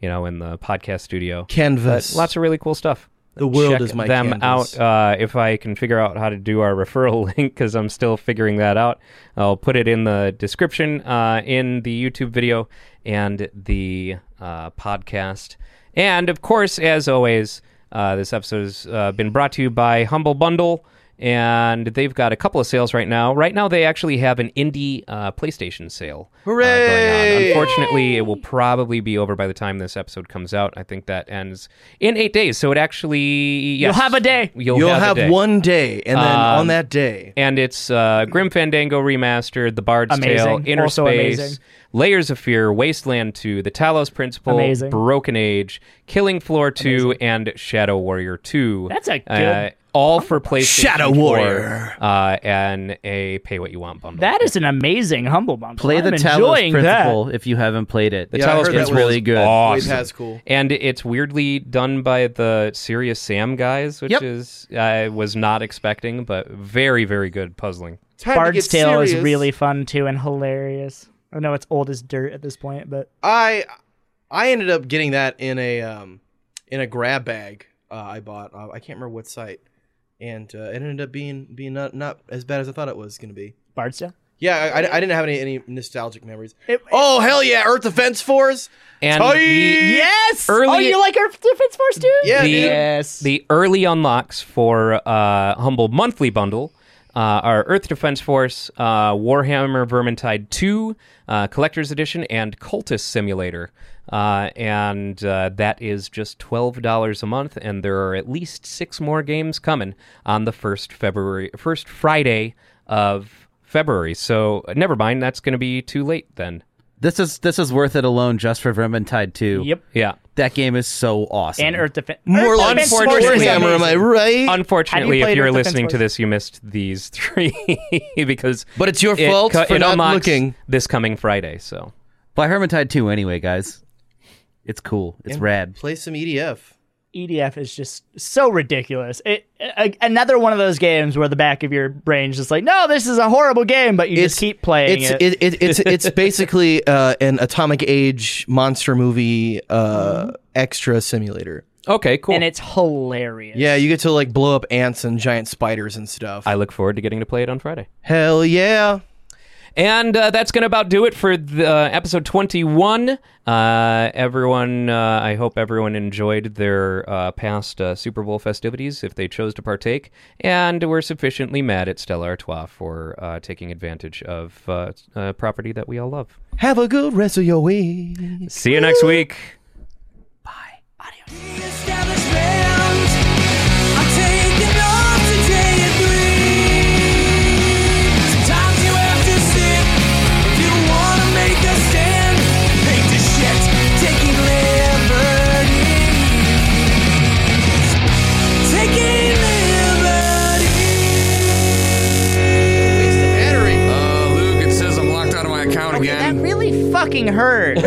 you know, in the podcast studio. Canvas. Lots of really cool stuff. The world Check is my them out canvas. uh, if I can figure out how to do our [LAUGHS] referral link because I'm still figuring that out. I'll put it in the description uh, in the YouTube video and the uh, podcast. And of course, as always, uh, this episode has uh, been brought to you by Humble Bundle. And they've got a couple of sales right now. Right now, they actually have an indie uh, PlayStation sale. uh, going on. Hooray! Unfortunately, it will probably be over by the time this episode comes out. I think that ends in eight days. So it actually yes. You'll have a day. You'll, You'll have, a have, day. one day, and then Um, on that day, And it's uh, Grim Fandango remastered, The Bard's Tale, Amazing. Inner Also Space, amazing. Layers of Fear, Wasteland Two, The Talos Principle, Amazing. Broken Age, Killing Floor Two, and Shadow Warrior Two. That's a good Uh, all for PlayStation Shadow 4, Warrior. uh, and a pay what you want bundle. That is an amazing humble bundle. Play the I'm Talos enjoying Principle if you haven't played it. The Yeah, I Talos heard that Principle was really good. Awesome. Wade has cool. And it's weirdly done by the Serious Sam guys, which Yep. is I was not expecting, but very very good puzzling. Time to Bard's get Tale is serious. really fun too and hilarious. I know it's old as dirt at this point, but I I ended up getting that in a um in a grab bag uh, I bought. Uh, I can't remember what site, and uh, it ended up being being not not as bad as I thought it was going to be. Bard's Tale. Yeah, I, I, I didn't have any any nostalgic memories. It- oh hell yeah, Earth Defense Force. And Tight! the, Yes. Early- oh, you like our Defense Force too? Yeah, The- dude. Yes. the early unlocks for uh, Humble Monthly Bundle uh, are Earth Defense Force, uh, Warhammer Vermintide 2, uh, Collector's Edition, and Cultist Simulator. Uh, and uh, that is just $12 a month, and there are at least six more games coming on the first February, first Friday of February. So uh, never mind, that's going to be too late then. This is this is worth it alone just for Vermintide 2. yep. Yeah. That game is so awesome. And er- Earth Defense. More Earth like Defense Unfortunately- Force is Warhammer, am I amazing. right? Unfortunately, played if you're Earth Defense listening to Force. this, you missed these [LAUGHS] three [LAUGHS] because but it's your it fault co- for it not unlocks looking. this coming Friday. So Buy Vermintide 2 anyway, guys. It's cool. It's rad. Play some E EDF. EDF E is just so ridiculous. It a, another one of those games where the back of your brain's just like, no, this is a horrible game, but you just keep playing it's, it. It, it, it's it's [LAUGHS] basically uh, an atomic age monster movie Mm-hmm. uh, extra simulator. okay, cool. and it's hilarious. Yeah, you get to like blow up ants and giant spiders and stuff. I look forward to getting to play it on Friday. Hell yeah! And uh, that's going to about do it for the, uh, episode 21. Uh, everyone, uh, I hope everyone enjoyed their uh, past uh, Super Bowl festivities if they chose to partake, and were sufficiently mad at Stella Artois for uh, taking advantage of uh, uh, property that we all love. Have a good rest of your week. See you next week. Uh, Luke, it says I'm locked out of my account Okay, again. Oh, [LAUGHS] that really fucking hurt.